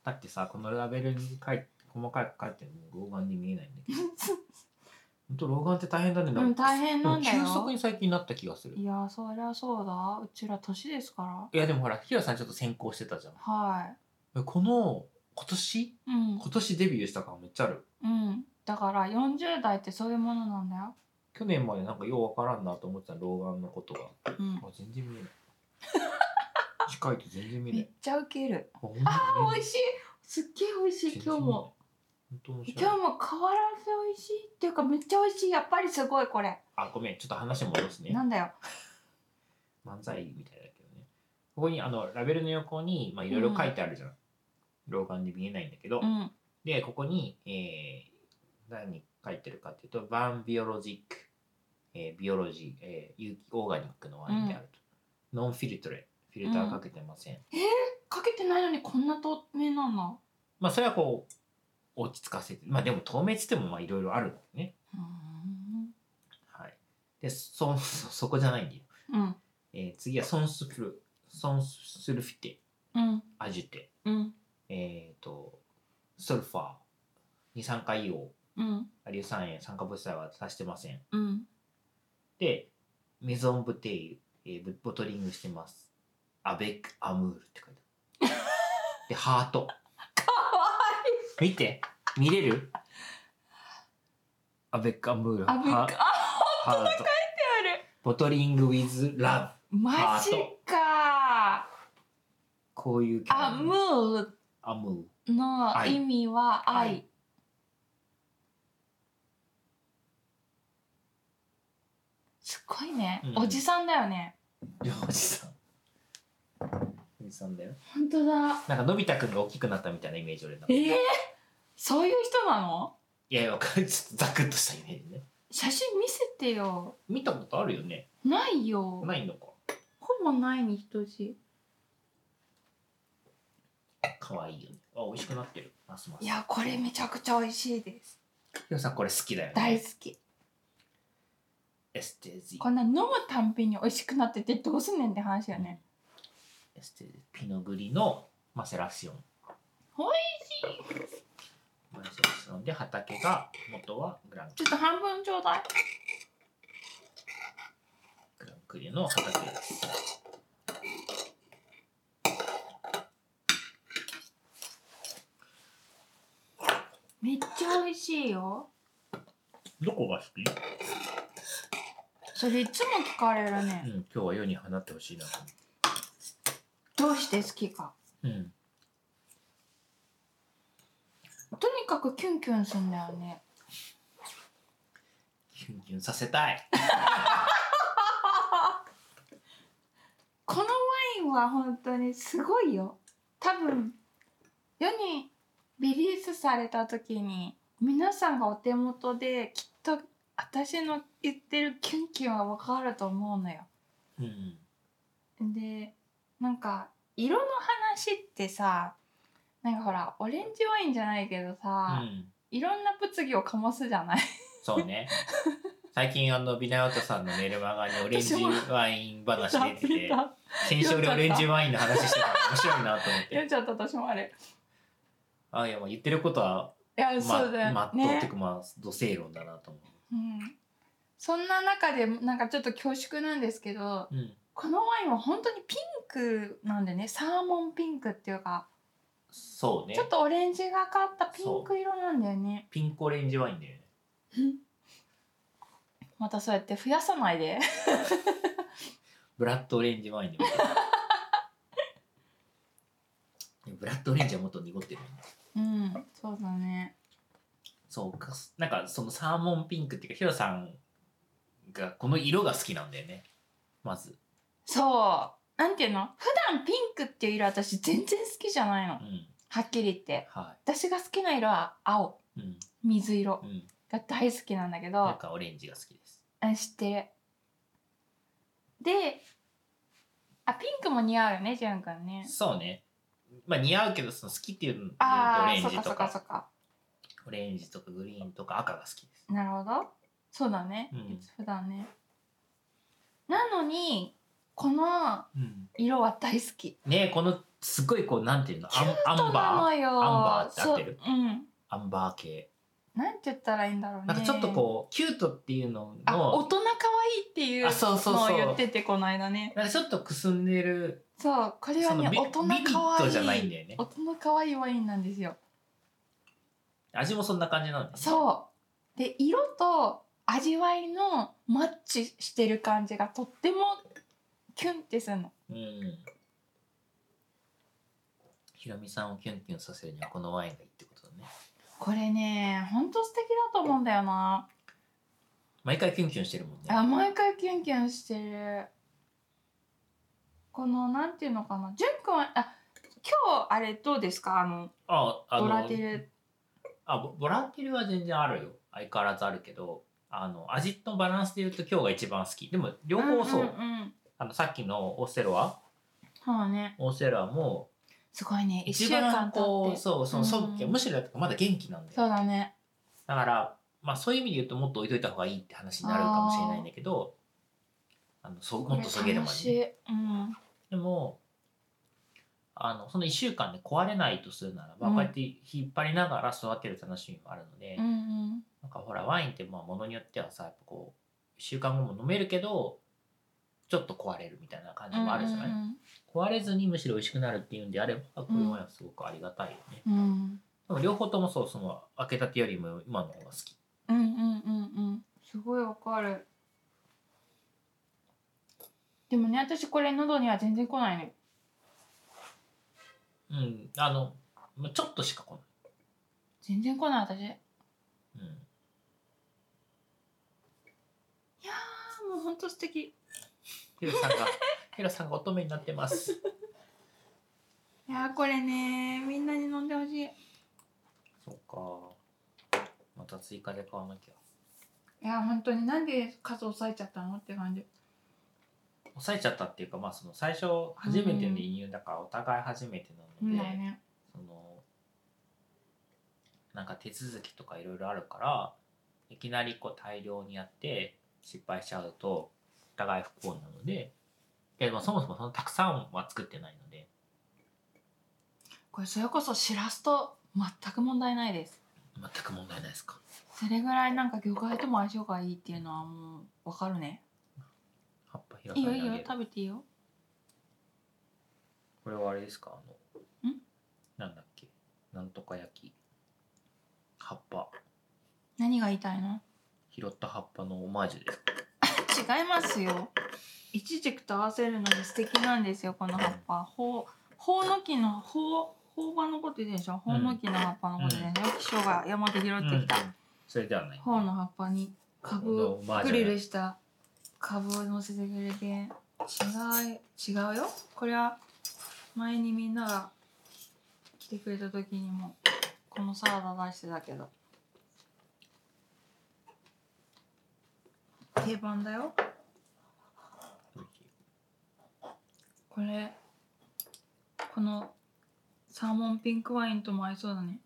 だってさこのラベルに書い細かく書いてるの老眼で見えないんだけど本当老眼って大変だね。
うん大変なんだよ
でも急速に最近なった気がする。
いやそりゃそうだうちら年ですから
いやでもほら平さんちょっと先行してたじゃん。
は
この今年
いうん
今年デビューした感めっちゃある。
うんだから40代ってそういうものなんだよ
去年までなんかようわからんなと思ってた老眼のことが。
うん
あ全然見えない。 近いと全然見えな
め
い
っ。ちゃウケる
あ
あー
し
美味しいすっげえ美味しい今日も。
本当面
今
白
日
い。
も変わらず美味しいっていうかめっちゃ美味しいやっぱりすごいこれ
あごめんちょっと話戻すね。
なんだよ
漫才みたいだけどねここにあのラベルの横にまあいろいろ書いてあるじゃん、老眼で見えないんだけど、
うん
でここに、えー何書いてるかっていうと「バンビオロジック」えービオロジー、えー有機オーガニックのワインであると」ノンフィルトレフィルターかけてません、
かけてないのにこんな透明なんだ、
まあそれはこう落ち着かせてまあでも透明っつってもまあいろいろあるんだよね
う
はいでそそそこじゃないんだよ、
んうん
えー次はソンスフルソンスルフィテ
うん
アジュテ
うん
えー、と、ソルファー、二酸化硫
うん
黄、アリュ酸塩、酸化物質は足してません。
うん
で、メゾンブテイユ、えー、ボボトリングしてます。アベック・アムールって書いて ある。で、ハート。
かわ
見て、見れるアベック・アムール。
いいあびっくり
ハ
あ
ハート。
ある
ボトリング・ウィズ・ラブ。
マジか
こういうキャラ
アムー
アムール。
の意味は愛
愛
すごいね、
うん
おじさんだよね
いやおじさん。おじさんだよ。
本当だ
なんか、のび太くんが大きくなったみたいなイメージ俺の中
え
で。
ー、そういう人なの
いやいや、わかるちょっとザクッとしたイメージね。
写真見せてよ
見たことあるよね。
ないよ
ないのか。
ほぼないに等しい
可愛いよね。あ、美味しくなってる。ますます。
いやこれめちゃくちゃ美味しいです
ひろさんこれ好きだよね。
大好き
STZ。
こんな飲むたんびに美味しくなっててどうすんねんって話だよね
STZ。ピノグリのマセラシオン。
美
マセラシオンで畑が元はグラン
ちょっと半分ちょうだい
グランクリの畑です。
めっちゃ美味しいよ
どこが好き？
それいつも聞かれるね
うん、今日は世に放ってほしいなと思
どうして好きか
う。うん。
とにかくキュンキュンすんだよね
キュンキュンさせたい。
このワインは本当にすごいよ多分世にリリースされた時に皆さんがお手元できっと私の言ってるキュンキュンは分かると思うのよ
うん。
でなんか色の話ってさなんかほらオレンジワインじゃないけど
う
さ、
ん。
いろんな物議を醸すじゃない
そう ね。最近あのビナヨトさんのメルマガにオレンジワイン話出てて。先週俺オレンジワインの話してたの面白いなと思っ
読
て。
んじゃった私もあれ
あいやまあ言ってることは、
いや、
ま
そうだよ
まっとうってい
ね
う、かまあ土正論だなと思
うん、そんな中でなんかちょっと恐縮なんですけど
う。うん。
このワインは本当にピンクなんでねサーモンピンクっていうか
そうね
ちょ。っとオレンジがかったピンク色なんだよね
ピンクオレンジワインだよね。
またそうやって増やさないで
ブラッドオレンジワインでも。 でもブラッドオレンジはもっと濁ってるよね。
うんそうだね
そうか。なんかそのサーモンピンクっていうかヒロさんがこの色が好きなんだよね。まず。
そうなんていうの普段ピンクっていう色私全然好きじゃないの
うん。
はっきり言って
は
私が好きな色は青
い。うん。
水色
うん。
が大好きなんだけど
なんかオレンジが好きです。
うん知ってるであピンクも似合うよねジュンくんね
そうね。まあ似合うけどその好きっていうのでオ
あ
レ
あ
ン
そっ
ジ
かそ
と
っか
か
そっか
オレンジとかグリーンとか赤が好きです。
なるほどそうだね、
うん
普段ねなのにこの色は大好き
ねえこのすごいこうなんていうのアンアン
そうな
バ
のよ
アンバーって合ってる
そううん
ーアンバー系
なんて言ったらいいんだろうね
なんかちょっとこうキュートっていうの
あ大
の
人可愛いっていう
あそうそう
のを
そう
言っててこの間ね
なんかちょっとくすんでる
そうこれは
その
ね
ビ
大人
ビビ
可
ッ
愛
ト
い
じゃないんだよね
大人可愛いワインなんですよ
味もそんな感じなんだよね
そうで色と味わいのマッチしてる感じがとってもキュンってするの
うんひろみさんをキュンキュンさせるにはこのワインがいいってことだね
これねほんと素敵だと思うんだよな
毎回キュンキュンしてるもんね
あ毎回キュンキュンしてるこのなんていうのかなじゅんくんはあ今日あれどうですかあの
ああ
ド
の
ラテル
あボボラティルは全然あるよ相変わらずあるけどあの味のバランスで言うと今日が一番好きでも両方そう、
んんん
あのさっきのオセロア
そうね
オセロアも
すごいね1
一
週間
番
経
こ
っ
う
て
そうそのそっけ
うん
むしろだってまだ元気なんだよ
そうだね
だから、まあ、そういう意味で言うともっと置いといた方がいいって話になるかもしれないんだけどあのそうもっとそげるま
こ
でね、
れ楽しいうん
でもあのその1週間で壊れないとするならば、
うん
こうやって引っ張りながら育てる楽しみもあるので、
うんうん
なんかほらワインってまあものによってはさやっぱこう1週間後も飲めるけどちょっと壊れるみたいな感じもあるじゃない、
うんうん
壊れずにむしろ美味しくなるっていうんであればこういうワインはすごくありがたいよね、
うん
でも両方ともそうその開けたてよりも今の方が好き
うんうんうんうんすごいわかるでもね私これ喉には全然来ないの、よ
うんあのまあちょっとしか来
全然来ない私いや
ない、うん、
ーもうほんと素敵
ヒロさん がヒロさんが乙女になってます
いやーこれねみんなに飲んでほしいい
そっかまた追加で買わなきゃ
やー本当になんで数抑えちゃったのって感じ
抑えちゃったっていうかまあその最初初めての輸入だからお互い初めてなので、
だよね
そのなんか手続きとかいろいろあるからいきなりこう大量にやって失敗しちゃうとお互い不幸なのでいやでもそもそもそのたくさんは作ってないので
これそれこそしらすと全く問題ないです
全く問題ないですか
それぐらいなんか魚介とも相性がいいっていうのはもうわかるね
葉っぱ開か
いいよ
ない
い
い
よ
あげる
食べていいよ
これはあれですかあの
ん
なんだっけなんとか焼き葉っぱ
何が言いたいの
拾った葉っぱのオマージュです
違いますよイチジクと合わせるのが素敵なんですよこの葉っぱほうほうの木のほうほうばのことでしょほうの木の葉っぱのことでね、よく師匠が山で拾ってきた、
うんそれではない
ほうの葉っぱにかぶ
オマージ
グ
ュ
リルしたかぶを乗せてくれて違い違うよこれは前にみんなが来てくれた時にもこのサラダ出してたけど定番だよこれこのサーモンピンクワインとも合いそうだね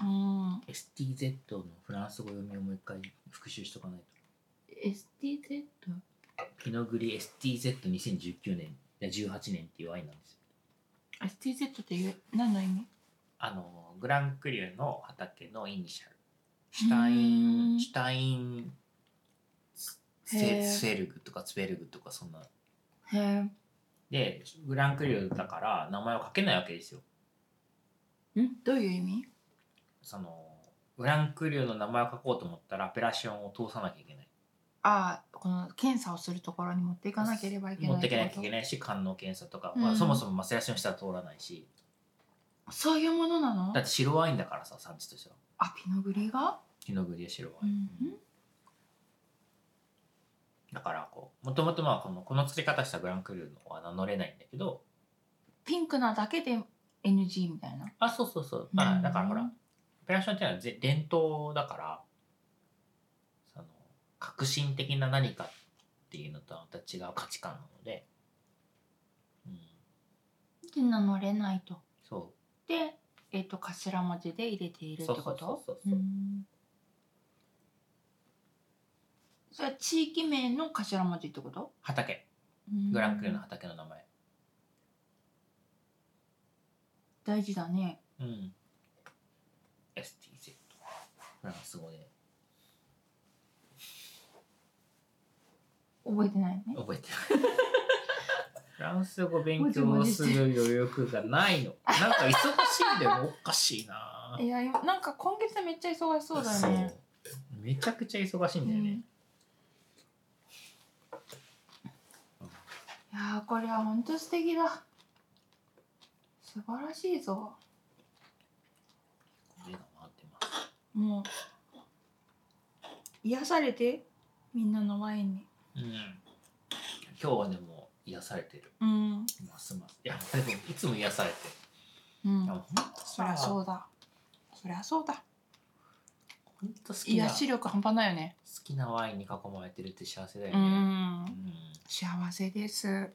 うん
うん
STZ のフランス語読みをもう一回復習しとかない
STZ?
とピノグリ STZ2019 年いや18年っていうワインなんですよ
STZ っていう何の意味
あのグランクリューの畑のイニシャルシュタイ
うん
ンシュタインス
へー
セスエルグとかツベルグとかそんな
へえ
でグランクリューだから名前を書けないわけですよ
んどういう意味
そのグランクリューの名前を書こうと思ったらアペラションを通さなきゃいけない
ああこの検査をするところに持っていかなければいけない
持っていかなきゃいけ
い
ないし官能検査とか、
うん
まあ、そもそもマセラションしたら通らないし
そういうものなの
だって白ワインだからさ産地としては
あピノグリが
ヒノグリや白ワイン、
うんうん
だからこうもともとまあこのこの作り方したグランクルーのは名乗れないんだけど
ピンクなだけで NG みたいな
あそうそうそうま
う
あ
ん
だからほら、オペラションっていうのはぜ伝統だからその革新的な何かっていうのとはまた違う価値観なので、うん、
で名乗れないと
そ
でえっ、と頭文字で入れていうるっ
そ
てこ
う
と
そうそうそう
うーんそれは地域名の頭文字ってこと
畑グランクルーの畑の名前
大事だね
うん STZ なんかすごいね
覚えてないね。
覚えてないフランス語勉強する余力がない のなんか忙しいんだよねおかしいない
やよなんか今月めっちゃ忙しそうだよね。
そうめちゃくちゃ忙しいんだよね、
いやーこれは本当素敵だ。素晴らしいぞ。
目が回ってます
もう癒されてみんなのワインに。
うん今日はでも癒されてる
うん。
ますますいやでもいつも癒されて
うん
いや。ほんと
そりゃ
さ
そうだ。そりゃそうだ。
ほんと好きな
癒
好
し力半端ないよね。
きなワインに囲まれてるって幸せだよ
う。
ねうんん
幸せです。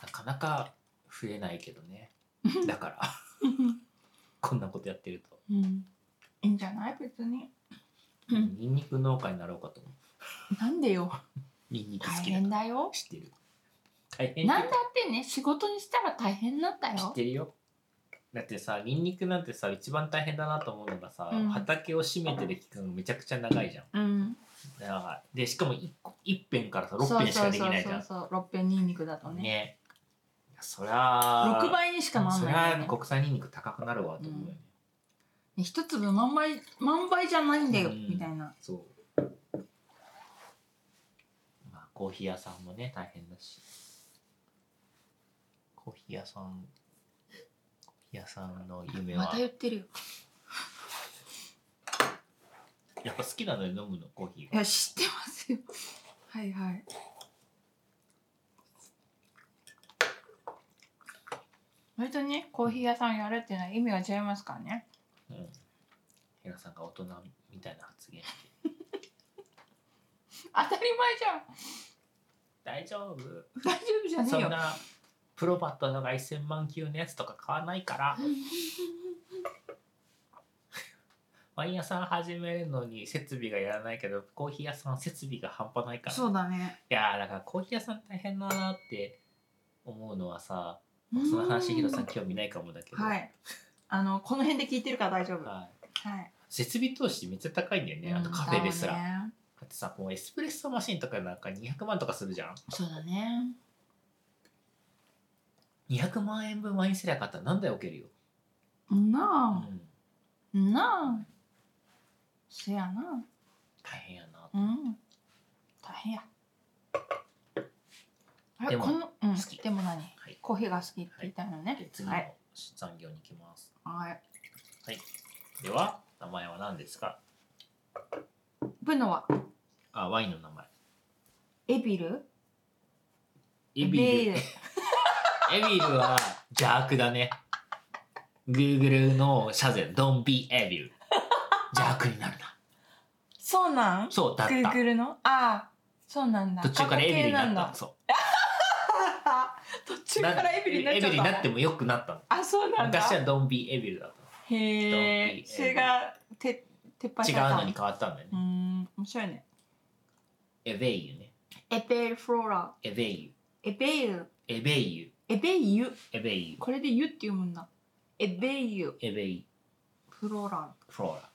なかなか増えないけど ねだからこんなことやってると、
うん。いいんじゃない別に。うん
ニンニク農家になろうかと思う
なんでよ。
ニンニク
大
好き
変
だ
だよ。
知ってる大変
なんだってね仕事にしたら大変なんだ
知っ
よ。
てるよだってさニンニクなんてさ一番大変だなと思うのがさ、
うん
畑を閉めてる期間がめちゃくちゃ長いじゃん
うん。
だからでしかも一個一辺からさ
そ
六
うそう
辺し
そ
か
う
できないじ
そ
ゃ
うそう。六遍ニンニクだと
ん
ね。
ねそりゃあ
六倍にしかなん
そり
ないよ
ゃあ
ね。
国産ニンニク高くなるわと思うよね、
一粒万倍万倍じゃないんだよ、
うん
みたいな。
そう。まあ、コーヒー屋さんもね、大変だし。コーヒー屋さん、コーヒー屋さんの夢
ま
は
た、言ってるよ。
やっぱ好きなのよ、飲むの、コーヒー
い
が。
や知ってますよ。 はいはい。割とねコーヒー屋さんやるっていうのは意味が違いますからね。
うん。ヘラさんが大人みたいな発言して。
当たり前じゃん。
大丈夫
大丈夫じゃね
そ
え
ん
よ。
な、プロバットのが1000万級のやつとか買わないから。ワイン屋さん始めるのに設備がやらないけど、コーヒー屋さん設備が半端ないから。
そうだね。
いやーだからコーヒー屋さん大変だなって思うのはさ
う
その話ヒロさん興味ないかもだけど、
はい。あのこの辺で聞いてるから大丈夫。は
はい
い。
設備投資めっちゃ高いんだよねあとカフェですら、
うん
だ
だよね
ってさもうエスプレッソマシンとかなんか200万とかするじゃん
そうだね。
200万円分ワインセラー買ったら何台置けるよ、う
なあ、
ん、
なあ。せやな。
大変やな、
うん。大変や。あ
で
れ、
も
この、うん、
好き
でも何
い
コーヒーが好きって言いたいの
で
ね。
次の
はい。
残業に行きます、
はい。
では名前は何ですか
ブノは、
あワインの名前
エビル
エビル
ル。
エビルは邪悪だね。Google の社税、Don't be evil。邪悪になるな。
そうなん
そうだった。
?Google のああ、そうなんだ。
途中からエビルにな
過去形ん
った。
だ。
そ
途
う。
中からエビルになっちゃ
エ
った。
ビルになっても良くなったの。
あ、そうなんだ。
昔は Don't be evil だっ
へ
ドンピ
え。
ー
それが、て、撤
たの。
廃
違
された
うのに変わったんだよ
うー
ね。
ん、面白いね。
エベイユね。
エペルフローラ、
エベイユ。
エベイル、
エベイユ。
エベイユ。
エベイユ。
これで湯って読むんだ。エベイユ
エベイ
フローラン。
フローラ。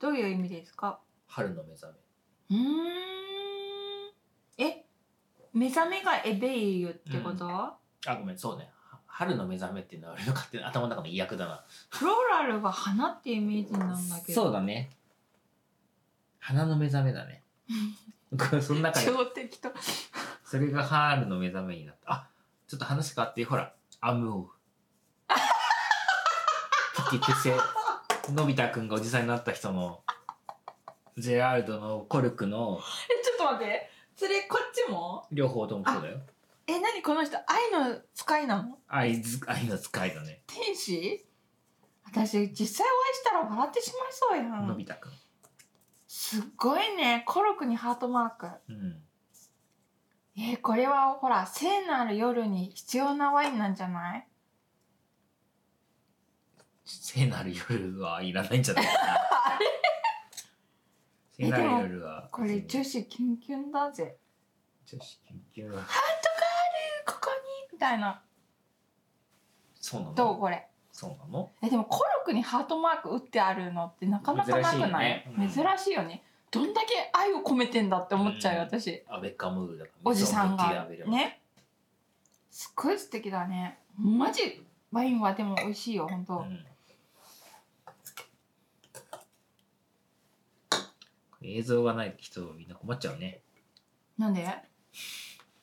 どういう意味ですか。
春の目覚
うーん。え、目覚めがエベイユってこと？
め。あ、ごめん、そうね。は春の目覚めっていうのは俺の勝手な頭の中の意訳だな。
フローラルは花ってイメージなんだけど。
そうだね花の目覚めだ ねこれその中で
超適当。
それが春の目覚めになったあちょっと話変わってほらアムオウピティクセのび太くんがおじさんになった人のジェラールドのコルクの
え、ちょっと待って。それこっちも？
両方ともそうだよ
え、なにこの人愛の使いなの？
愛ず愛の使いだね、
天使？私実際お会いしたら笑ってしまいそうや
の
ん
び。太くん
すっごいね。コロクにハートマーク。
うん
えー、これはほら聖なる夜に必要なワインなんじゃない
聖なる夜はいらないんじゃ ないかな聖なる夜は
これ女子キュンキュンだぜ
女子研究は
ここにみたいな
そうなの
どうこれ
そうなの
えでもコルクにハートマーク打ってあるのってなかなかなくない珍しい,、
珍しいよねうん
よねどんだけ愛を込めてんだって思っちゃうよ、
うん
私
アベッカムールだからね
おじさん
その時ア
が
ベル
ねすっごい素敵だねマジワインはでも美味しいよ本
う
当、
ん映像がない人みんな困っちゃうね
なんで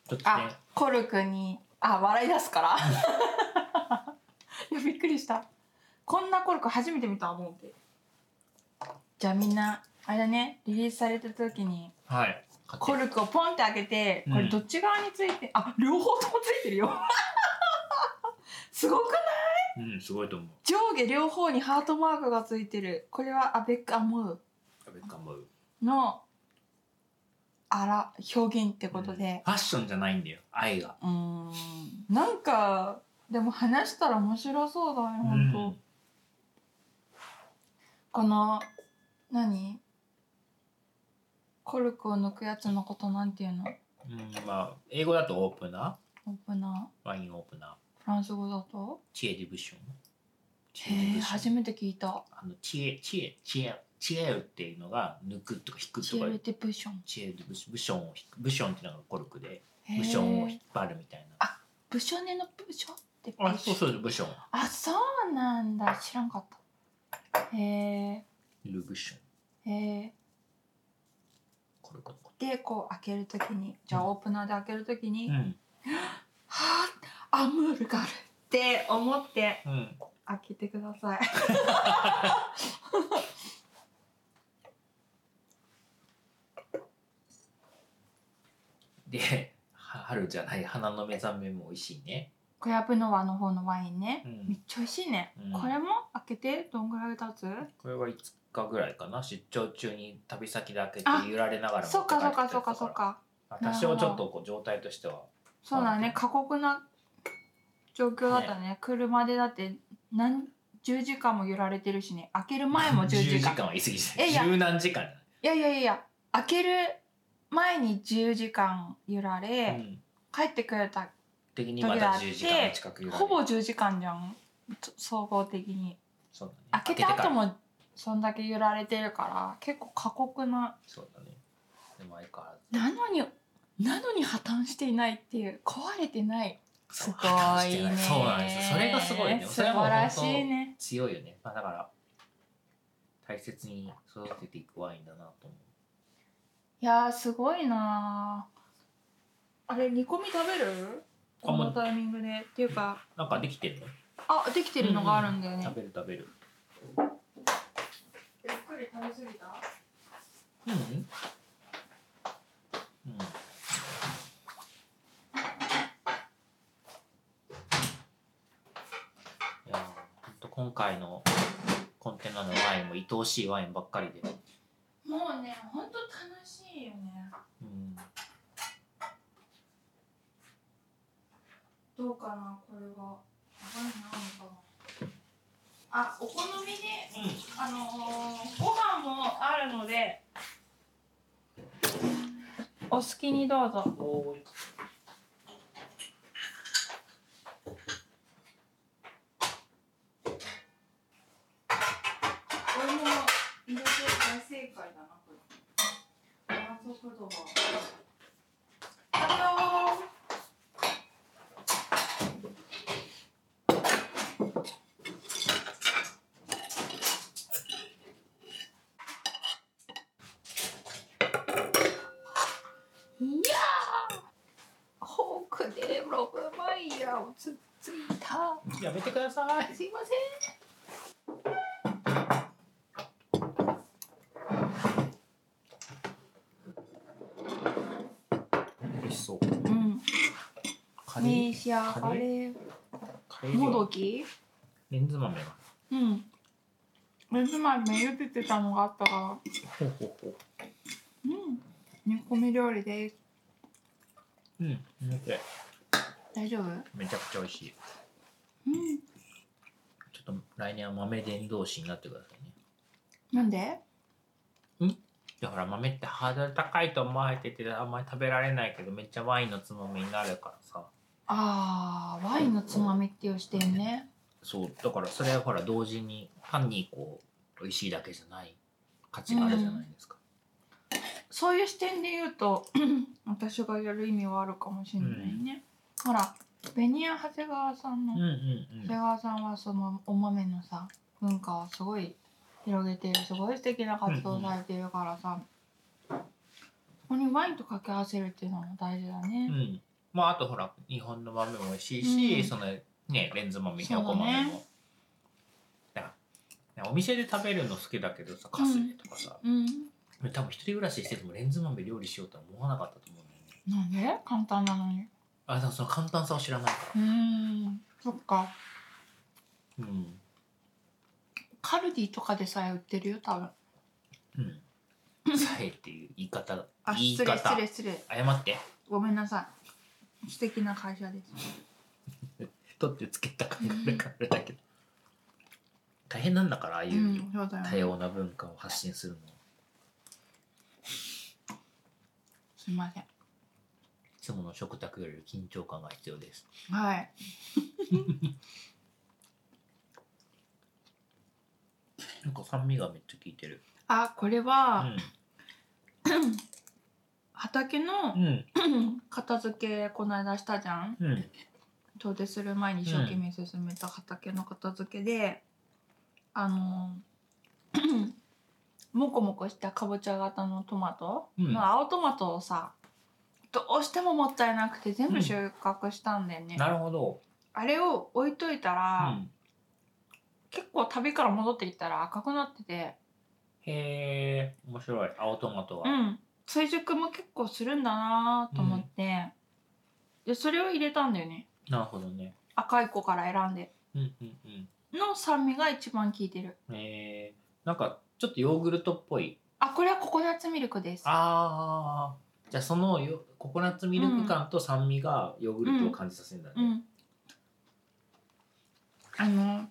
ちょっとね
あコルクにあ笑い出すから いやびっくりしたこんなコルク初めて見た思ってじゃあみんなあれだねリリースされた時に
はい
コルクをポンって開けてこ
う
れ
ん
どっち側について、あ両方ともついてるよ すごくない
うんすごいと思う
上下両方にハートマークがついてるこれはアベック・アム
アベッカムール
ーのあら表現ってこと
うん
で
ファッションじゃないんだよ愛が
うーんなんかでも話したら面白そうだね本当、
うん
この何コルクを抜くやつのことなんていうの
うんまあ英語だとオープナ
オープナ
ーワインオープナー
ーフランス語だと
チエディブッションチ
へえ初
め
めて聞いた
あのチエチエチエチエウっていうのが抜くとか引く
チ
とか
ェルテプション
チエディブッションブションを引くブションっていうのがコルクで
へー
ブションを引っ張るみたいな
ブショネのブショってブショ
あそうそうブション
あそうなんだ知らんかったへ
ルブション
えへえ
コルクのこ
でこう開けるときにじゃあ
うん
オープナーで開けるときに、
とうん
はあアムールがあるって思って
うん
開けてください
では春じゃない花の目覚めも美味しいね
小籔の輪の方のワインね、
うん
めっちゃ美味しいね、
うん
これも開けてどんぐらい経つ
これは5日ぐらいかな出張中に旅先で開けて
あ
揺られながら持
そ
っ
って
帰
かそ
っ
って
きたやつ
かそ
だ
っかそっか
まあ多少ちょっとこう状態としては
そうだ
な
ね
る
過酷な状況だったね車でだって何10時間も揺られてるしね開ける前も10時間
は言い過ぎじ
えい
ゃ
や
ない十何時間
いやいやいやいや開ける前に10時間揺ら
う
れ、
ん
帰ってくれた
的にまた10時間近く揺られ
ほぼ10時間じゃんと総合的に
そうだね
開けた後
から
もそんだけ揺られてるから結構過酷な
そうだねでも相変わらず
なのになのに破綻していないっていう壊れてないすごいね
そうなんですよそれがすごいね
素
それはもう
晴ら
本
し
当
いね
強いよね、まあ、だから大切に育てていくワインだなと思
いやーすごいなーあれ煮込み食べる
あ
こ
もう
のタイミングでっていうか
うなんかできてるの
あできてるのがあるんだよね、
食べる食べる
ゆっくり食べ過ぎた
うんうんいやーほんと今回のコンテナのワインも愛おしいワインばっかりで、
もうねほんと楽しいよね
うん、
どうかなこれはワイン合うのかなあお好みであのーご飯もあるのでお好きにどうぞ
おーい
お芋も入れて大正解だなこれ謎言葉ハローいやーフォークでロブマイヤーをつっついた
やめてください
すいません
美味しそう
うん、
カレー
召し上がれ
カレー
も
料
どき
レンズ豆が
うん目つまめ茹でてたのがあったから
ほうほうほう
うん煮込み料理です
うん見て
大丈夫うん
めちゃくちゃ美味しいちょっと来年は豆伝道師になってくださいね
なんで
だから豆ってハードル高いと思われててあんまり食べられないけどめっちゃワインのつまみになるからさ
あーワインのつまみっていう視点ね
そうだからそれはほら同時に単にこう美味しいだけじゃない価値があるじゃないですか。
そういう視点で言 うと私がやる意味はあるかもしれないね、ほらベニヤ長谷川さんの、
うんうん
長
う
谷
ん。
川さんはそのお豆のさ文化をすごい広げているすごい素敵な活動をされているからさ、そこにワインと掛け合わせるっていうのも大事だ
う
ね、
ん。まああとほら日本の豆も美味しいし、
うん
そのねレンズ豆、ひ
そうだ
よ
ね
こ豆も。だからお店で食べるの好きだけどさカスレとかさ、
うん
多分一人暮らししててもレンズ豆料理しようとは思わなかったと思うんだよね。
なんで簡単なのに
あでもその簡単さを知らないか。
うーんそっか
う
ら
ん。
カルディとかでさえ売ってるよ多分
うん。さえっていう言い方。
あ
言い
失礼
方
失。礼失礼
謝って。
ごめんなさい素敵な会社です
取ってつけた感覚だからだけど。大変なんだからああいううん
そうだよ
多様な文化を発信するの。
すいません
いつもの食卓より緊張感が必要です。
はい。
なんか酸味がめっちゃ効いてる。
あ、これ
う
は
ん。
畑の
うん。
片付けこの間したじゃん。
うん。
遠出する前に一生懸命進めた畑の片付けで、あの もこもこしたかぼちゃ型のトマト、
うん
の青トマトをさ、どうしてももったいなくて全部収穫したんだよね。
なるほど。
あれを置いといた
う
ら、
ん。
結構旅から戻ってきたら赤くなってて、
へえ、面白い。青トマト
う
は。
ん、追熟も結構するんだなと思って、でそれを入れたんだよね
なるほどね。
赤い子から選んで
うんうんうん。
の酸味が一番効いてる
えー、なんかちょっとヨーグルトっぽい
あこれはココナッツミルクです
あーじゃあそのよココナッツミルク感と酸味がヨーグルトを感じさせるんだね、
うんあの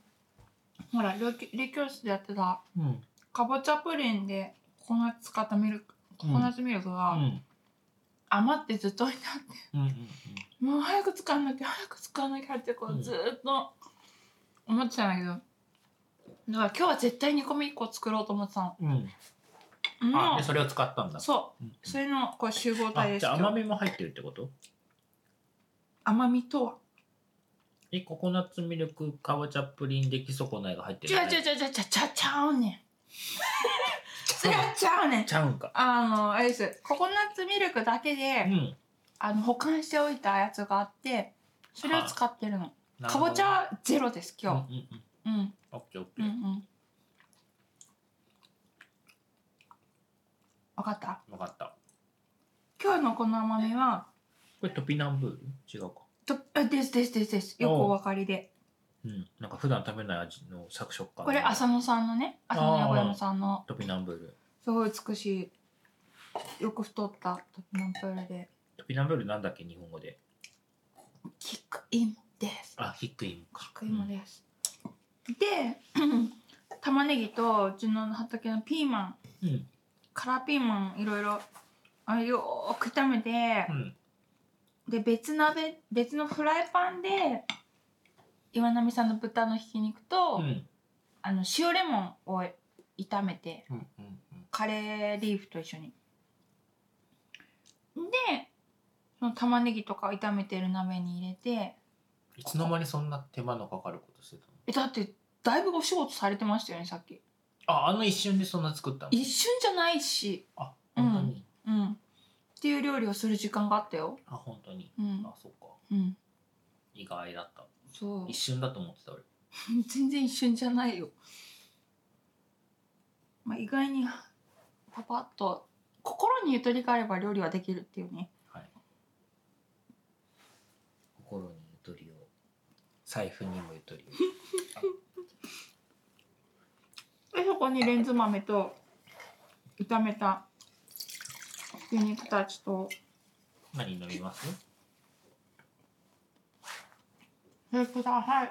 ほら料理理教室でやってた
うん
かぼちゃプリンでココナッツ使ったミルクココナッツミルク
うん
が余ってずっと置いてあって、
うんうん
もう早く使わなきゃ早く使わなきゃってこ
うん
うずーっと思ってたんだけどだから今日は絶対煮込み1個作ろうと思ってたの
うんうんあ
も
でそれを使ったんだ
うそ
うん
うそれのこう集合体
あ
で
じ
す
ゃあ
今
甘
日
みも入ってるってこと
甘みとは
えココナッツミルクかぼちゃプリン出来損ないが入って
違
るの
う違う違う違う違う違うちゃうねんそれはちゃうねん
ちゃうんか
あのあれですココナッツミルクだけ
う
で
ん
あの保管しておいたやつがあってそれを使ってるの
なる
か
ほど
ぼちゃはゼロです
うんうん
今
うん
日うん
オッケーオッケ
うん
ー
うん分かった
分かった
今日のこの甘みは
これトピナンブール違うか
とあですですですですよくお分かりで
うんなんか普段食べない味のサク食感
これ浅野さんのね浅野横山さんの
トピナンブール
すごい美しいよく太った時のプールで
トピナンブールなんだっけ日本語で
キックインです
あヒックイムか
キックインです、で 玉ねぎとうちの畑のピーマ
う
ン
ん
カラーピーマンいろいろあれよーく炒めて
う、ん
で別鍋別のフライパンで岩波さんの豚のひき肉と、
うん
あの塩レモンを炒めて
うんうんうん
カレーリーフと一緒にでその玉ねぎとかを炒めてる鍋に入れて
いつの間にそんな手間のかかることしてたの
えだってだいぶお仕事されてましたよねさっき
ああの一瞬でそんな作ったの
一瞬じゃないし
あ本当に、
うんっていう料理をする時間があったよ
あ本当に
うん
あそっか
うん
意外だった
そう
一瞬だと思ってた俺
全然一瞬じゃないよ、まあ、意外にパパッと心にゆとりがあれば料理はできるっていうね
はい心にゆとりを財布にもゆとり
でそこにレンズ豆と炒めた牛肉たちと
を何飲みます
それください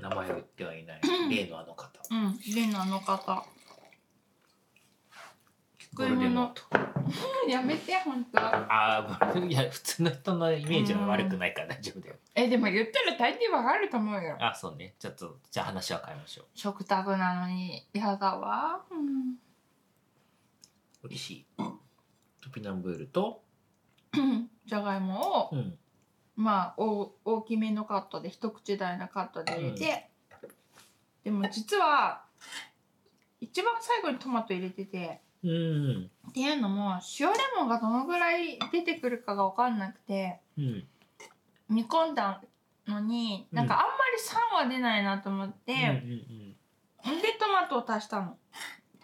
名前を言ってはいない例のあの方
うんレンのあの方
ゴールデンノート
やめて本当
ああ、いや、普通の人のイメージは悪くないから大丈夫だよ。
えでも言ったら大抵わかると思うよ
あ、そうね。ちょっと、じゃあ話は変えましょ
食卓なのに嫌だわうん
う。美味しい。トピナンブールと、
じゃがいもを
うん。
まあ大大きめのカットで一口大のカットで入れて、でも実は一番最後にトマト入れてて
うん。
っていうのも塩レモンがどのぐらい出てくるかが分かんなくて
うん。
煮込んだのになんかあんまり酸は出ないなと思って、
うん。うん。
んでトマトを足したの。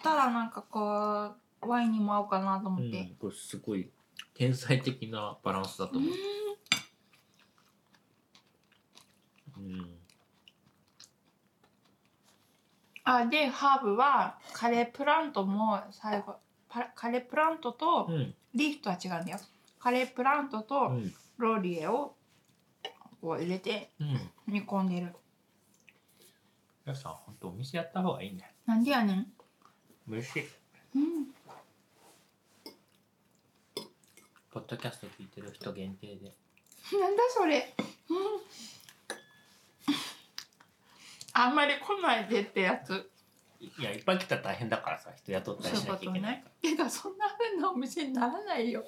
ただなんかこうワインにも合うかなと思
う
って、
ん。これすごい、天才的なバランスだと思う。うん。
あでハーブはカレープラントも最後パラカレープラントと
うん。
リーフとは違うんだよカレープラント
う
と
ん。
ローリエをこう入れて
うん。
煮込んでる
皆さん、本当お店やった方がいいね。
なんでやねん
美味しい。
うん
ポッドキャスト聞いてる人限定で。
なんだそれうんあんまり来ないでってやつ
いや、いっぱい来たら大変だからさ、人雇ったりしなきゃいけないから。
てかそんな風なお店にならないよ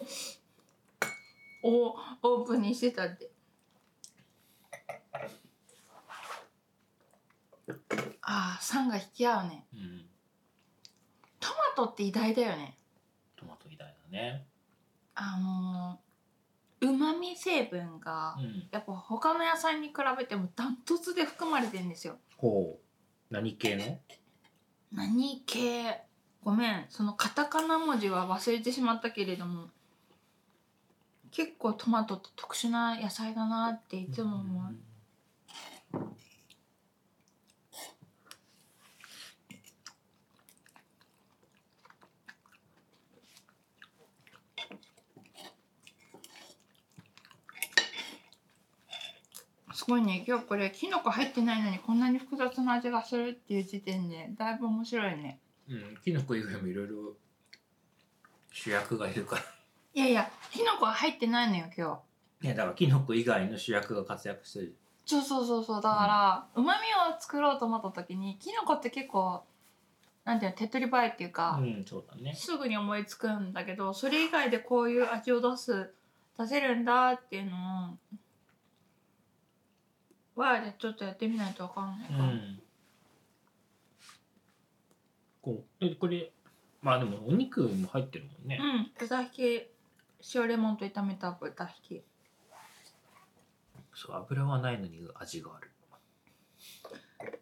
おオープンにしてたってああ酸が引き合うね
うん。
トマトって偉大だよね
トマトみたいだね。
あのうまみ成分が
うん。
やっぱ他の野菜に比べてもダントツで含まれてんですよ
ほう。何系の
何系ごめんそのカタカナ文字は忘れてしまったけれども結構トマトって特殊な野菜だなっていつも思う、すごいね今日これキノコ入ってないのにこんなに複雑な味がするっていう時点でだいぶ面白いね
うん、キノコ以外もいろいろ主役がいるから。
いやいやキノコは入ってないのよ今 日
いや、だからキノコ以外の主役が活躍してる。
そうそうそうそうだからうま、みを作ろうと思った時にキノコって結構なんていうの手っ取り早いっていうか、
うん、そうだね。
すぐに思いつくんだけどそれ以外でこういう味を出す出せるんだっていうのをわあでちょっとやってみないとわかんないか
う
ら、
ん。こう、え、これ、まあでもお肉も入ってるもんね。
うん、豚ひき塩レモンと炒めた豚ひき
そう、油はないのに味がある。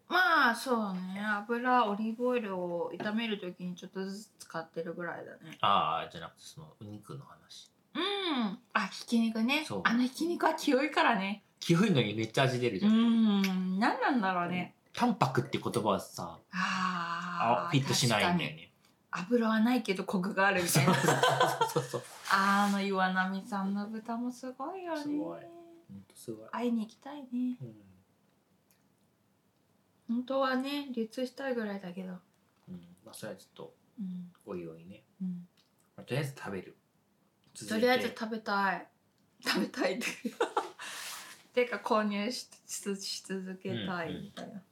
まあそうね油オリーブオイルを炒める時にちょっとずつ使ってるぐらいだね
ああ、じゃなくてそのお肉の話。
うんあひき肉ね
そう
あのひき肉は清いからね
清いのにめっちゃ味出るじ
う
ゃん。
ん何なんだろうね、
淡白って言葉はさ、あ
あー
フィットしないんだよ
確かに
ね。
油はないけどコクがあるみたいな
そうそう。
あの岩波さんの豚もすごいよね
すごいほんとすごい。
会いに行きたいね
うん
本当はね流通したいぐらいだけど
うん、まあそれはちょっと
うん、
おいおいね、
うん、
まあ、とりあえず食べる
とりあえず食べたい食べたいっててか購入ししつし続けたいみたいな、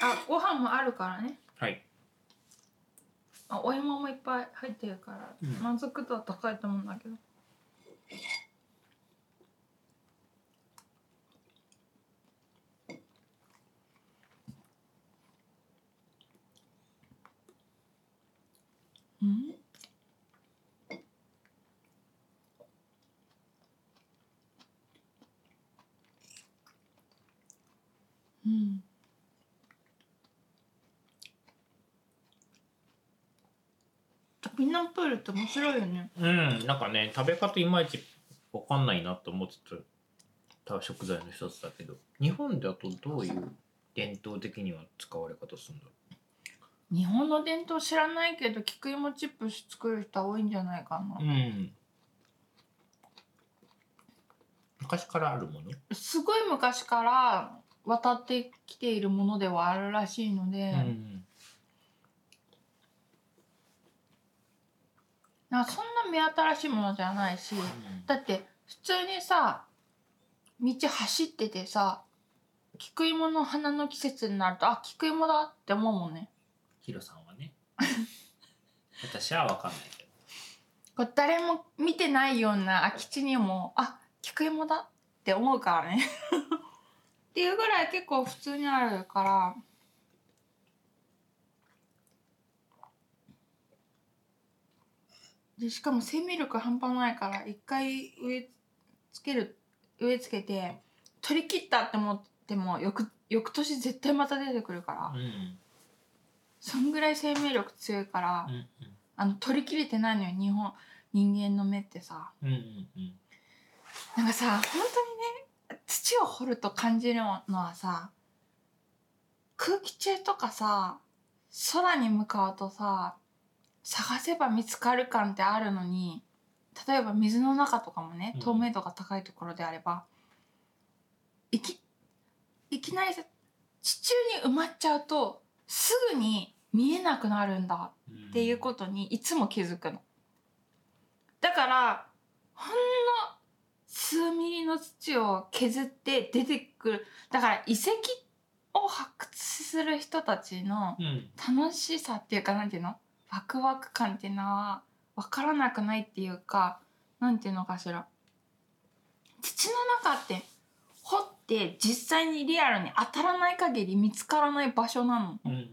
あご飯もあるからね
はい
あお芋もいっぱい入ってるから、
うん
満足度は高いと思うんだけどうんうんトピナンプールって面白いよね
うんなんかね食べ方いまいちわかんないなと思ってた食材の一つだけど日本だとどういう伝統的には使われ方するんだろ
日本の伝統知らないけど菊芋チップス作る人は多いんじゃないかな
う、うん昔からあるもの
すごい昔から渡ってきているものではあるらしいので、
うん
なんかそんな目新しいものじゃないし
うん
だって普通にさ道走っててさ菊芋の花の季節になるとあ菊芋だって思うもんね
ヒロさん はね私は分かんないけど
こう誰も見てないような空き地にもあ菊芋だって思うからねっていうぐらい結構普通にあるからでしかも生命力半端ないから一回植えつける植えつけて取り切ったって思っても翌翌年絶対また出てくるから、
うん
そんぐらい生命力強いから、
うん
あの取り切れてないのよ日本人間の目ってさ。
うんうんうん
なんかさ本当にね土を掘ると感じるのはさ空気中とかさ空に向かうとさ探せば見つかる感ってあるのに例えば水の中とかもね
うん
透明度が高いところであれば、いきいきなりさ地中に埋まっちゃうとすぐに見えなくなるんだ
うん
っていうことにいつも気づくの。だからほんの数ミリの土を削って出てくるだから遺跡を発掘する人たちの
うん
楽しさっていうかなんていうのワクワク感っていうのは分からなくないっていうかなんていうのかしら土の中って掘って実際にリアルに当たらない限り見つからない場所なの。
うんうん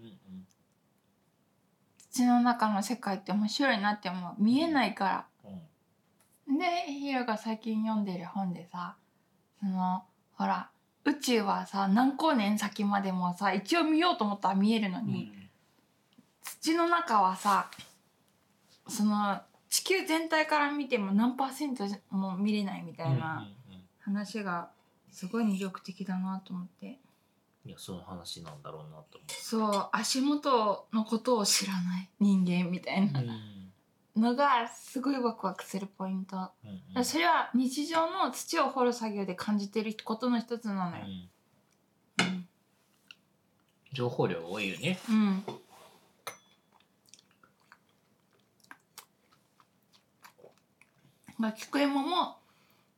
土の中の世界って面白いなって思う見えないから。
うん
でヒロが最近読んでる本でさそのほら宇宙はさ何光年先までもさ一応見ようと思ったら見えるの
うん
に、土の中はさその地球全体から見ても何パーセントも見れないみたいな
うんうん
話がすごい魅力的だなと思って
いやその話なんだろうなと
そう足元のことを知らない人間みたい
思
な
ううん
のがすごいワクワクするポイント
うん
だからそれは日常の土を掘る作業で感じてることの一つなの
う
よ。
ん情報量多いよね
うん。まあ、菊芋も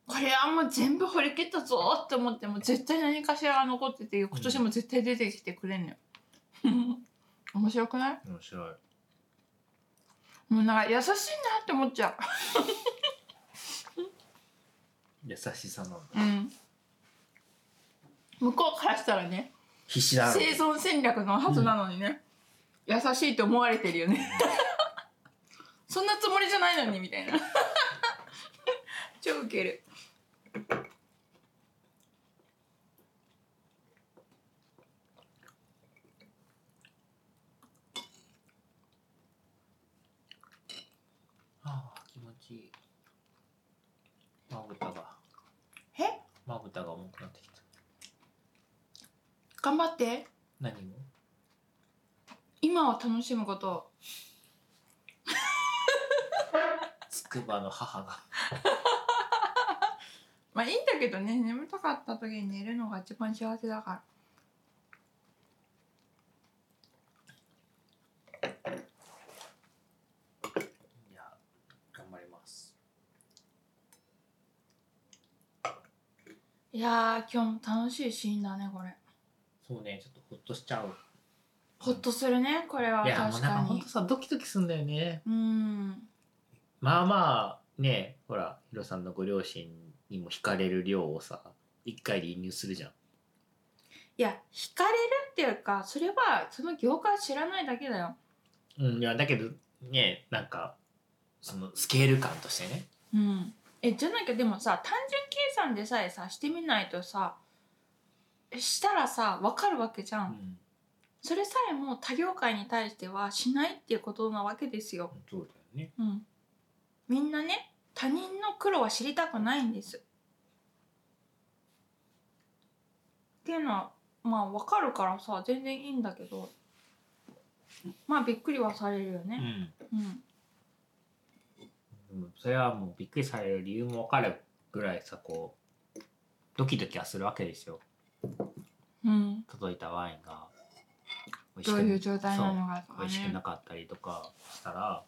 これはもう全部掘り切ったぞって思っても絶対何かしらが残ってて今年も絶対出てきてくれんのよ。面白くない
面白い
もうなんか優しいなって思っちゃ
優しさなんだ
う。うん。向こうからしたらね。
必死だろう
生
ね
存戦略のはずなのにね、優しいと思われてるよね そんなつもりじゃないのにみたいな 超ウケる
ああ気持ちいいまぶたが
え
まぶたが重くなってきた
頑張って
何を
今は楽しむことを
つくばの母が
まあいいんだけどね眠たかった時に寝るのが一番幸せだから
いや頑張ります
いやー今日も楽しいシーンだねこれ
そうねちょっとほっとしちゃう
ほっとするねこれはい
やもう
確
なんか
か
ほん
に
とさドキドキすんだよね
うん
まあまあねほらヒロさんのご両親にも惹かれる量をさ一回で移入するじゃん
いや惹かれるっていうかそれはその業界知らないだけだよ
うん、いやだけどねなんかそのスケール感としてね
うん、えじゃなきゃでもさ単純計算でさえさしてみないとさしたらさ分かるわけじゃん、
ん
それさえも他業界に対してはしないっていうことなわけですよ、
そうだよね
うん、みんなね他人の苦労は知りたくないんですっていうのはまあ分かるからさ全然いいんだけどまあびっくりはされるよ
う
ね、
ん
うん、
でもそれはもうびっくりされる理由もわかるぐらいさこうドキドキはするわけですよ
うん、
届いたワインが美味
ど
し
う
く
いう状態なのかと
美
か
味しくな
ね
かったりとかしたら、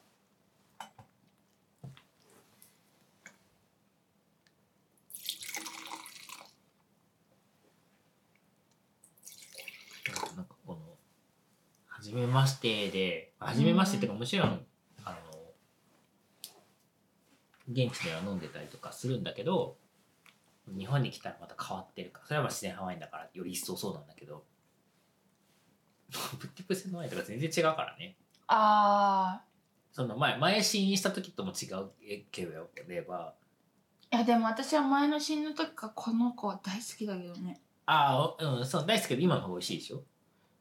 なんかこの「はじめまして」で「はじめまして」っていうかむしろあの現地では飲んでたりとかするんだけど日本に来たらまた変わってるからそれはまあ自然ハワイだからより一層そうなんだけどブッティプセのワインとか全然違うからね
あ
その前前試飲した時とも違うければ
ーいやでも私は前の死ぬ時からこの子は大好きだけどね
ああうんそう大好きけど今の方が美味しいでしょ、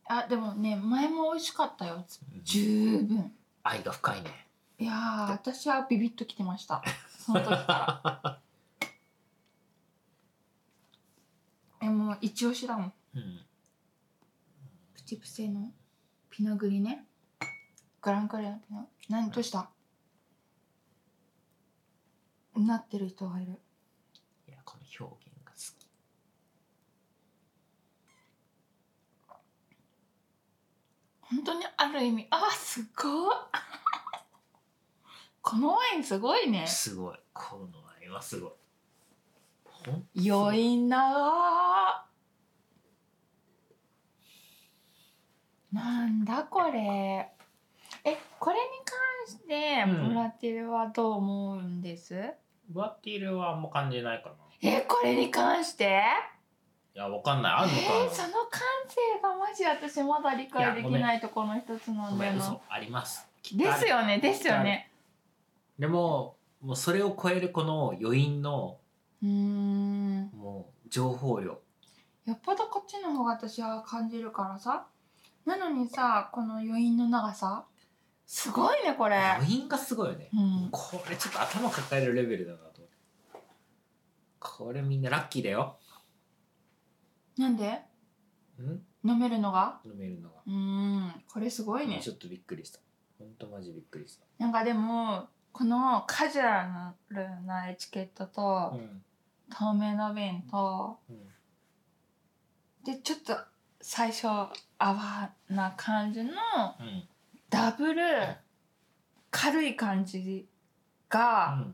あでもね前も美味しかったよ
うん
十分
愛が深いね
いやー私はビビッときてましたその時からえもう一押しだもん
うん
プチプセのピノグリねグランカレーのピノ何どうしたなってる人がいる
いやこの表現が好き
本当にある意味あすごい このワインすごいね
すごい。このワインはすごい。ほん
余韻長なんだこれえこれに関して
うん
ブラティルはどう思うんです、
バティルはあんま感じないかな。い
えこれに関して
や、わかんない。あ
え
るの
ー、
か
その感性がマジ私まだ理解でき
いやご
ないところの一つな
な。
ん
ご
だ
め
よ
ん、
な
嘘。あります。きっと
で
ある
すよねですよね
でも、もうそれを超えるこの余韻の、
うーん
もう、情報量。
よっぽどこっちの方が私は感じるからさなのにさこの余韻の長さすごいねこれ
余韻がすごいよね。
うん
これちょっと頭抱えるレベルだなと思って。これみんなラッキーだよ。
なんで
ん飲
飲めるのが
めるのが。
うーんこれすごいね
ちょっとびっくりした。ほんとマジびっくりし
なんかでもこのカジュアルなエチケット
た。
と
ん。
透明な瓶と
うん
でちょっと最初泡な感じの
うん。
ダブル軽い感じが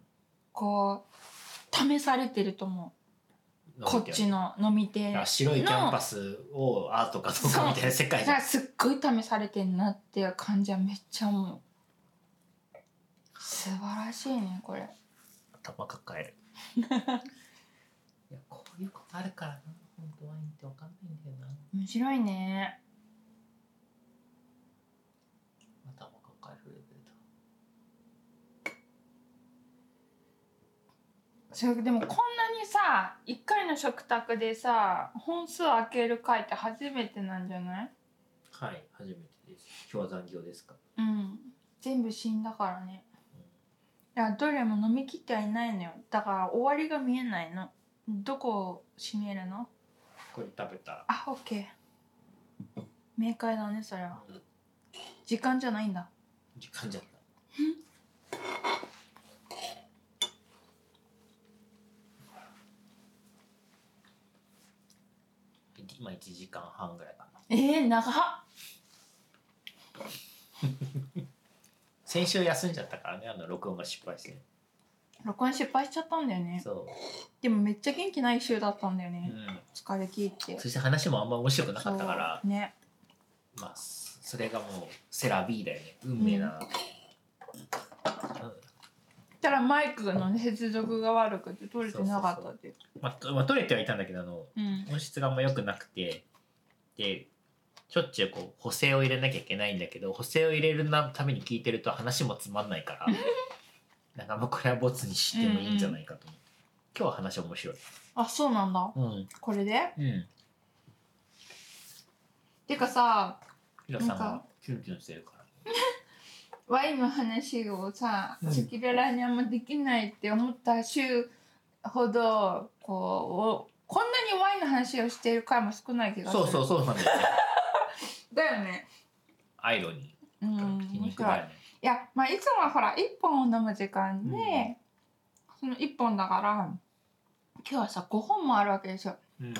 こう試されてると思
う
うんこっちの飲み手
あ白いキャンパスをアートかどうかみたいな世界じ
だか
ゃん
らすっごい試されてんなっていう感じはめっちゃ思う素晴らしいねこれ
頭抱え るいやこういうことあるからな本当ワインってわかんないんだよな
面白いね
頭抱えるレベルだ
それでもこんなにさ一回の食卓でさ本数開ける回って初めてなんじゃない
はい初めてです今日は残業ですか、
うん全部死んだからね
うん
いやどれも飲み切ってはいないのよだから終わりが見えないのどこを閉めるの
これ食べたら
あオッケー明快だねそれは時間じゃないんだ
時間じゃった今1時間半ぐらいかな
えー、長っ
先週休んじゃったからねあの録音が失敗して、
録音失敗しちゃったんだよね
そう
でもめっちゃ元気ない週だったんだよ
う
ね、
ん
疲れ切って
そして話もあんま面白くなかったから
そうね
まあそそれがもうセラビーだよね運命だな、
たらマイクのね接続が悪くて取れてなかったっていう
まあ、まあ、取れてはいたんだけどあの
うん
音質があんま良くなくてでしょっちゅうこう補正を入れなきゃいけないんだけど補正を入れるなために聞いてると話もつまんない からなんかもうこれはボツにしてもいいんじゃないかと思って、今日は話面白い
あそうなんだ
うん
これで
うん
てかさ
ヒロさん
なん
が
か
キュンキュンしてるから
ワインの話をさ
うん
赤裸々にあんまできないって思った週ほどこうおこんなにワインの話をしている回も少ない気がする
そうそうそうなんだよね
だよね
アイロニ
う
ー、
ん
皮
面
肉
白
だ
い
よね
いやまあいつもはほら1本を飲む時間で、その1本だから今日はさ5本もあるわけでしょ
うん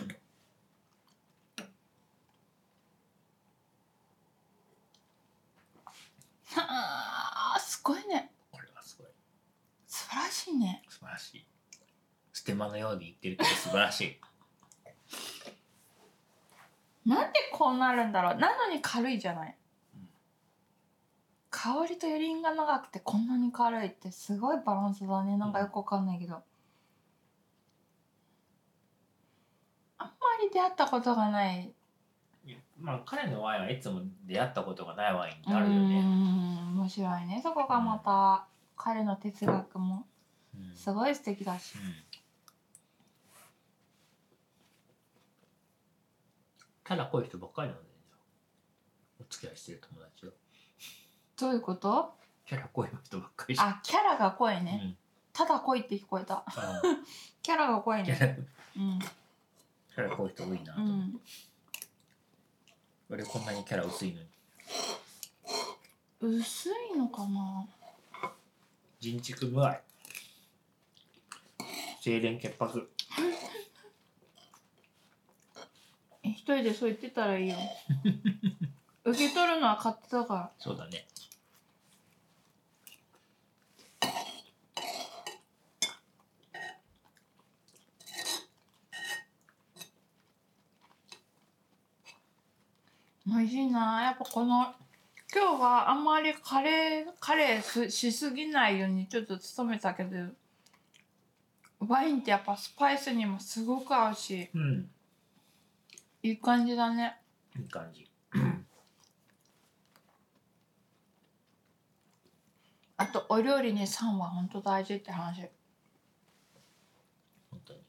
あーすごいね
これはすごい
素晴らしいね
素晴らしいステマのように言ってるけど素晴らしい
なんでこうなるんだろうなのに軽いじゃない、
うん
香りと余韻が長くてこんなに軽いってすごいバランスだねなんかよくわかんないけど、あんまり出会ったことがない
いやまあ彼のワインはいつも出会ったことがないワイン
う
になるよ
ー
ね
ん面白いねそこがまた彼の哲学も
うん
すごい素敵だし
うんただこういう人ばっかりなんだよお付き合いしてる友達は
どういうこと
キャラ濃い人ばっかりじゃん
あキャラが濃いね、
うん
ただ濃いって聞こえた
あ
キャラが濃い
ーキ
ね
ャラ
うん
キャラ濃い人多いなと
う
思って
ん
俺こんなにキャラ薄いのに
薄いのかな
人畜無愛清廉潔白
え一人でそう言ってたらい いよ受け取るのは勝手だから
そうだね
美味しいなやっぱこの今日はあんまりカレーカレーすしすぎないようにちょっと努めたけどワインってやっぱスパイスにもすごく合うし
うん
いい感じだね
いい感じ
あとお料理に酸は本当大事って話
本当に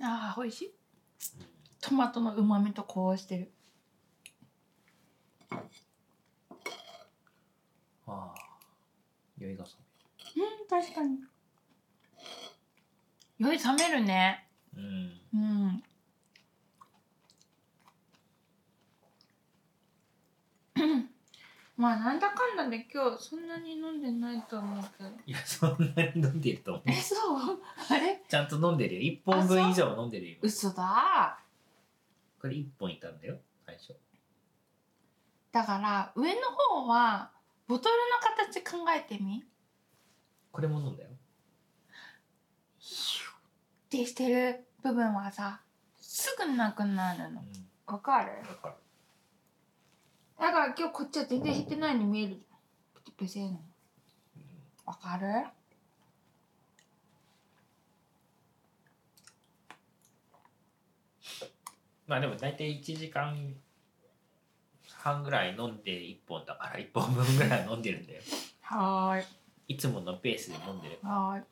あー美味しいトマトのうまみとこうしてる
ああ酔いがさ
うん確かに酔い冷めるね
めうん
うん。 まあなんだかんだで今日そんなに飲んでないと思うけど。
いやそんなに飲んでると思う
え、そう？ あれ？
ちゃんと飲んでるよ1本分以上飲んでるよ今
嘘だ。
これ1本いたんだよ最初
だから上の方はボトルの形考えてみ。
これも飲んだよ
ヒュッてしてる部分はさ、すぐなくなる
う
の。
ん
わかる？
だから
だから今日こっちは全然減ってないように見える。プチプチの。
うん
わかる？
まあでも大体1時間半ぐらい飲んで1本だから1本分ぐらい飲んでるんだよ
はーい。
いつものペースで飲んでる
はーい。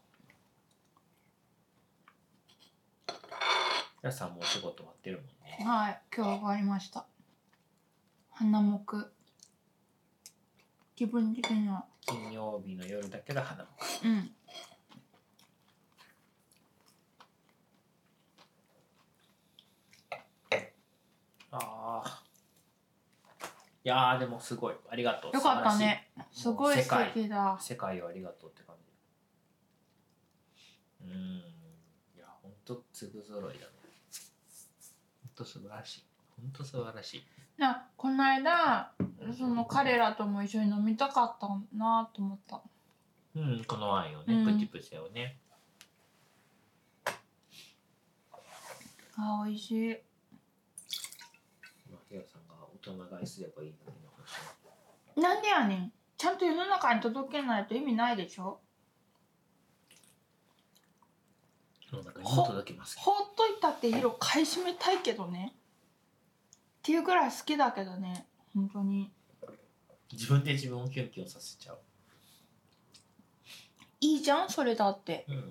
皆さんもお仕事終わってるもんね
はい、今日上がりました。花木。気分的には。
金曜日の夜だけど花も
うん。
ああいやーでもすごいありがとう
よかったね。す
素
ご
晴
い
らしい
素敵だ。
世界をありがとうって感じうーんいやほんと粒揃いだねほんと素晴らしいほんと素晴らしい
な、この間、その彼らとも一緒に飲みたかったなと思った。
うん、このワインを
う
ね、
ん
プチプチをね。
あ、美味しい。
まあ、ヒロさんが大人買いすればいいだけの話。
なんでやねん。ちゃんと世の中に届けないと意味ないでしょ。
世の中にも届きますけど。
ほっといたって色買い占めたいけどね。っていうぐらい好きだけどね。本当に。
自分で自分をキュンキュンさせちゃう。
いいじゃん、それだって。
うん、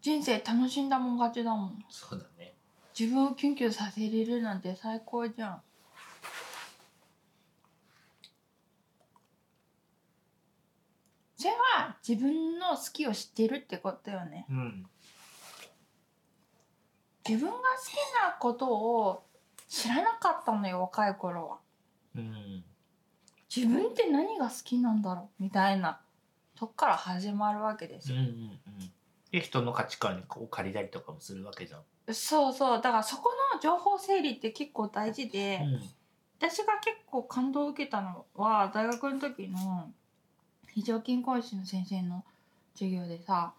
人生楽しんだもん勝ちだもん
そうだね。
自分をキュンキュンさせれるなんて最高じゃんそれは自分の好きを知ってるってことよね
うん、
自分が好きなことを知らなかったのよ若い頃は
うん、
自分って何が好きなんだろうみたいなとこから始まるわけです
うん、う
よ
ん、うん。で、人の価値観を借りたりとかもするわけじゃん。
そうそうだからそこの情報整理って結構大事で、私が結構感動を受けたのは大学の時の非常勤講師の先生の授業でさ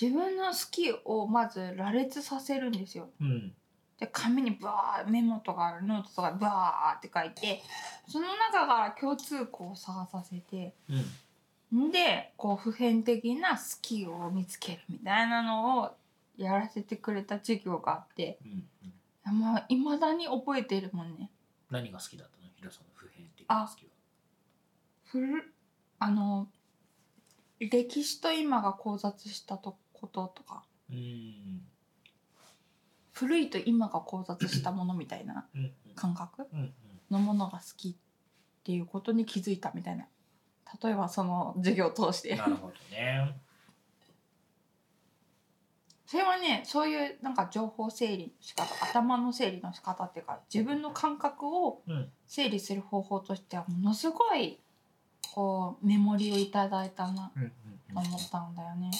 自分の好きをまず羅列させるんですよ。
うん
で紙にバーメモとかノートとかバーって書いてその中から共通項を探させて
うん
んでこう普遍的な好きを見つけるみたいなのをやらせてくれた授業があって
うんうん
まあいまだに覚えてるもんね。
何が好きだったのヒロさんの普遍的な好きは
ふるあの歴史と今が交雑したとこととか
うん
古いと今が交雑したものみたいな
うん
感覚
うんうん
のものが好きっていうことに気づいたみたいな例えばその授業を通し
うん
て
なるほどね
それはねそういうなんか情報整理の仕方頭の整理の仕方っていうか自分の感覚を
うん
整理する方法としてはものすごいこうメモリをいただいたな
うんうんうん
と思ったんだよね。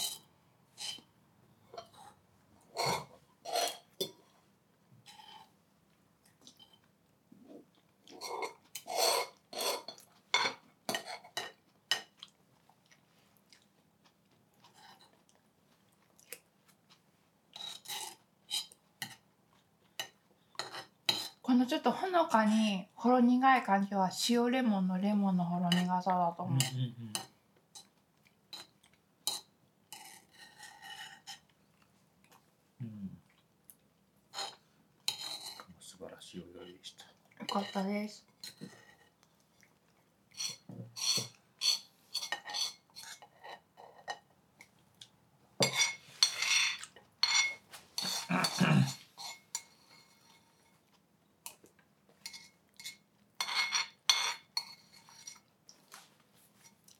このちょっとほのかにほろ苦い感じは塩レモンのレモンのほろ苦さだと
う
思
んう。
うん
うんうん素晴らしいお料理でした
よかったです。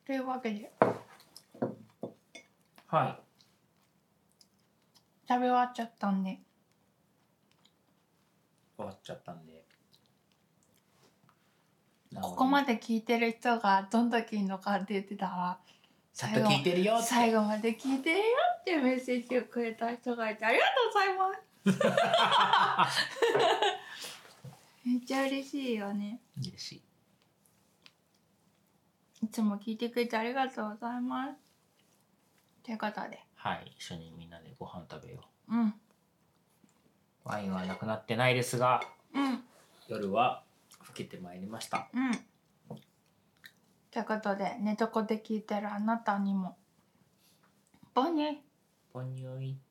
というわけで
はい
食べ終わっちゃったんで
終わっちゃったんで
ここま
で
で聞いてる人がどんだけいるのかって言ってたら
ちゃんと聞いてるよって
最後まで聞いてるよっていうメッセージをくれた人がいてありがとうございます めっちゃ嬉しいよね
嬉しい
いつも聞いてくれてありがとうございますということで
はい一緒にみんなでご飯食べよ
うん
うワインはなくなってないですが
うん
夜は更けてまいりました
うんということで寝床で聞いてるあなたにもボニー
ポニョイ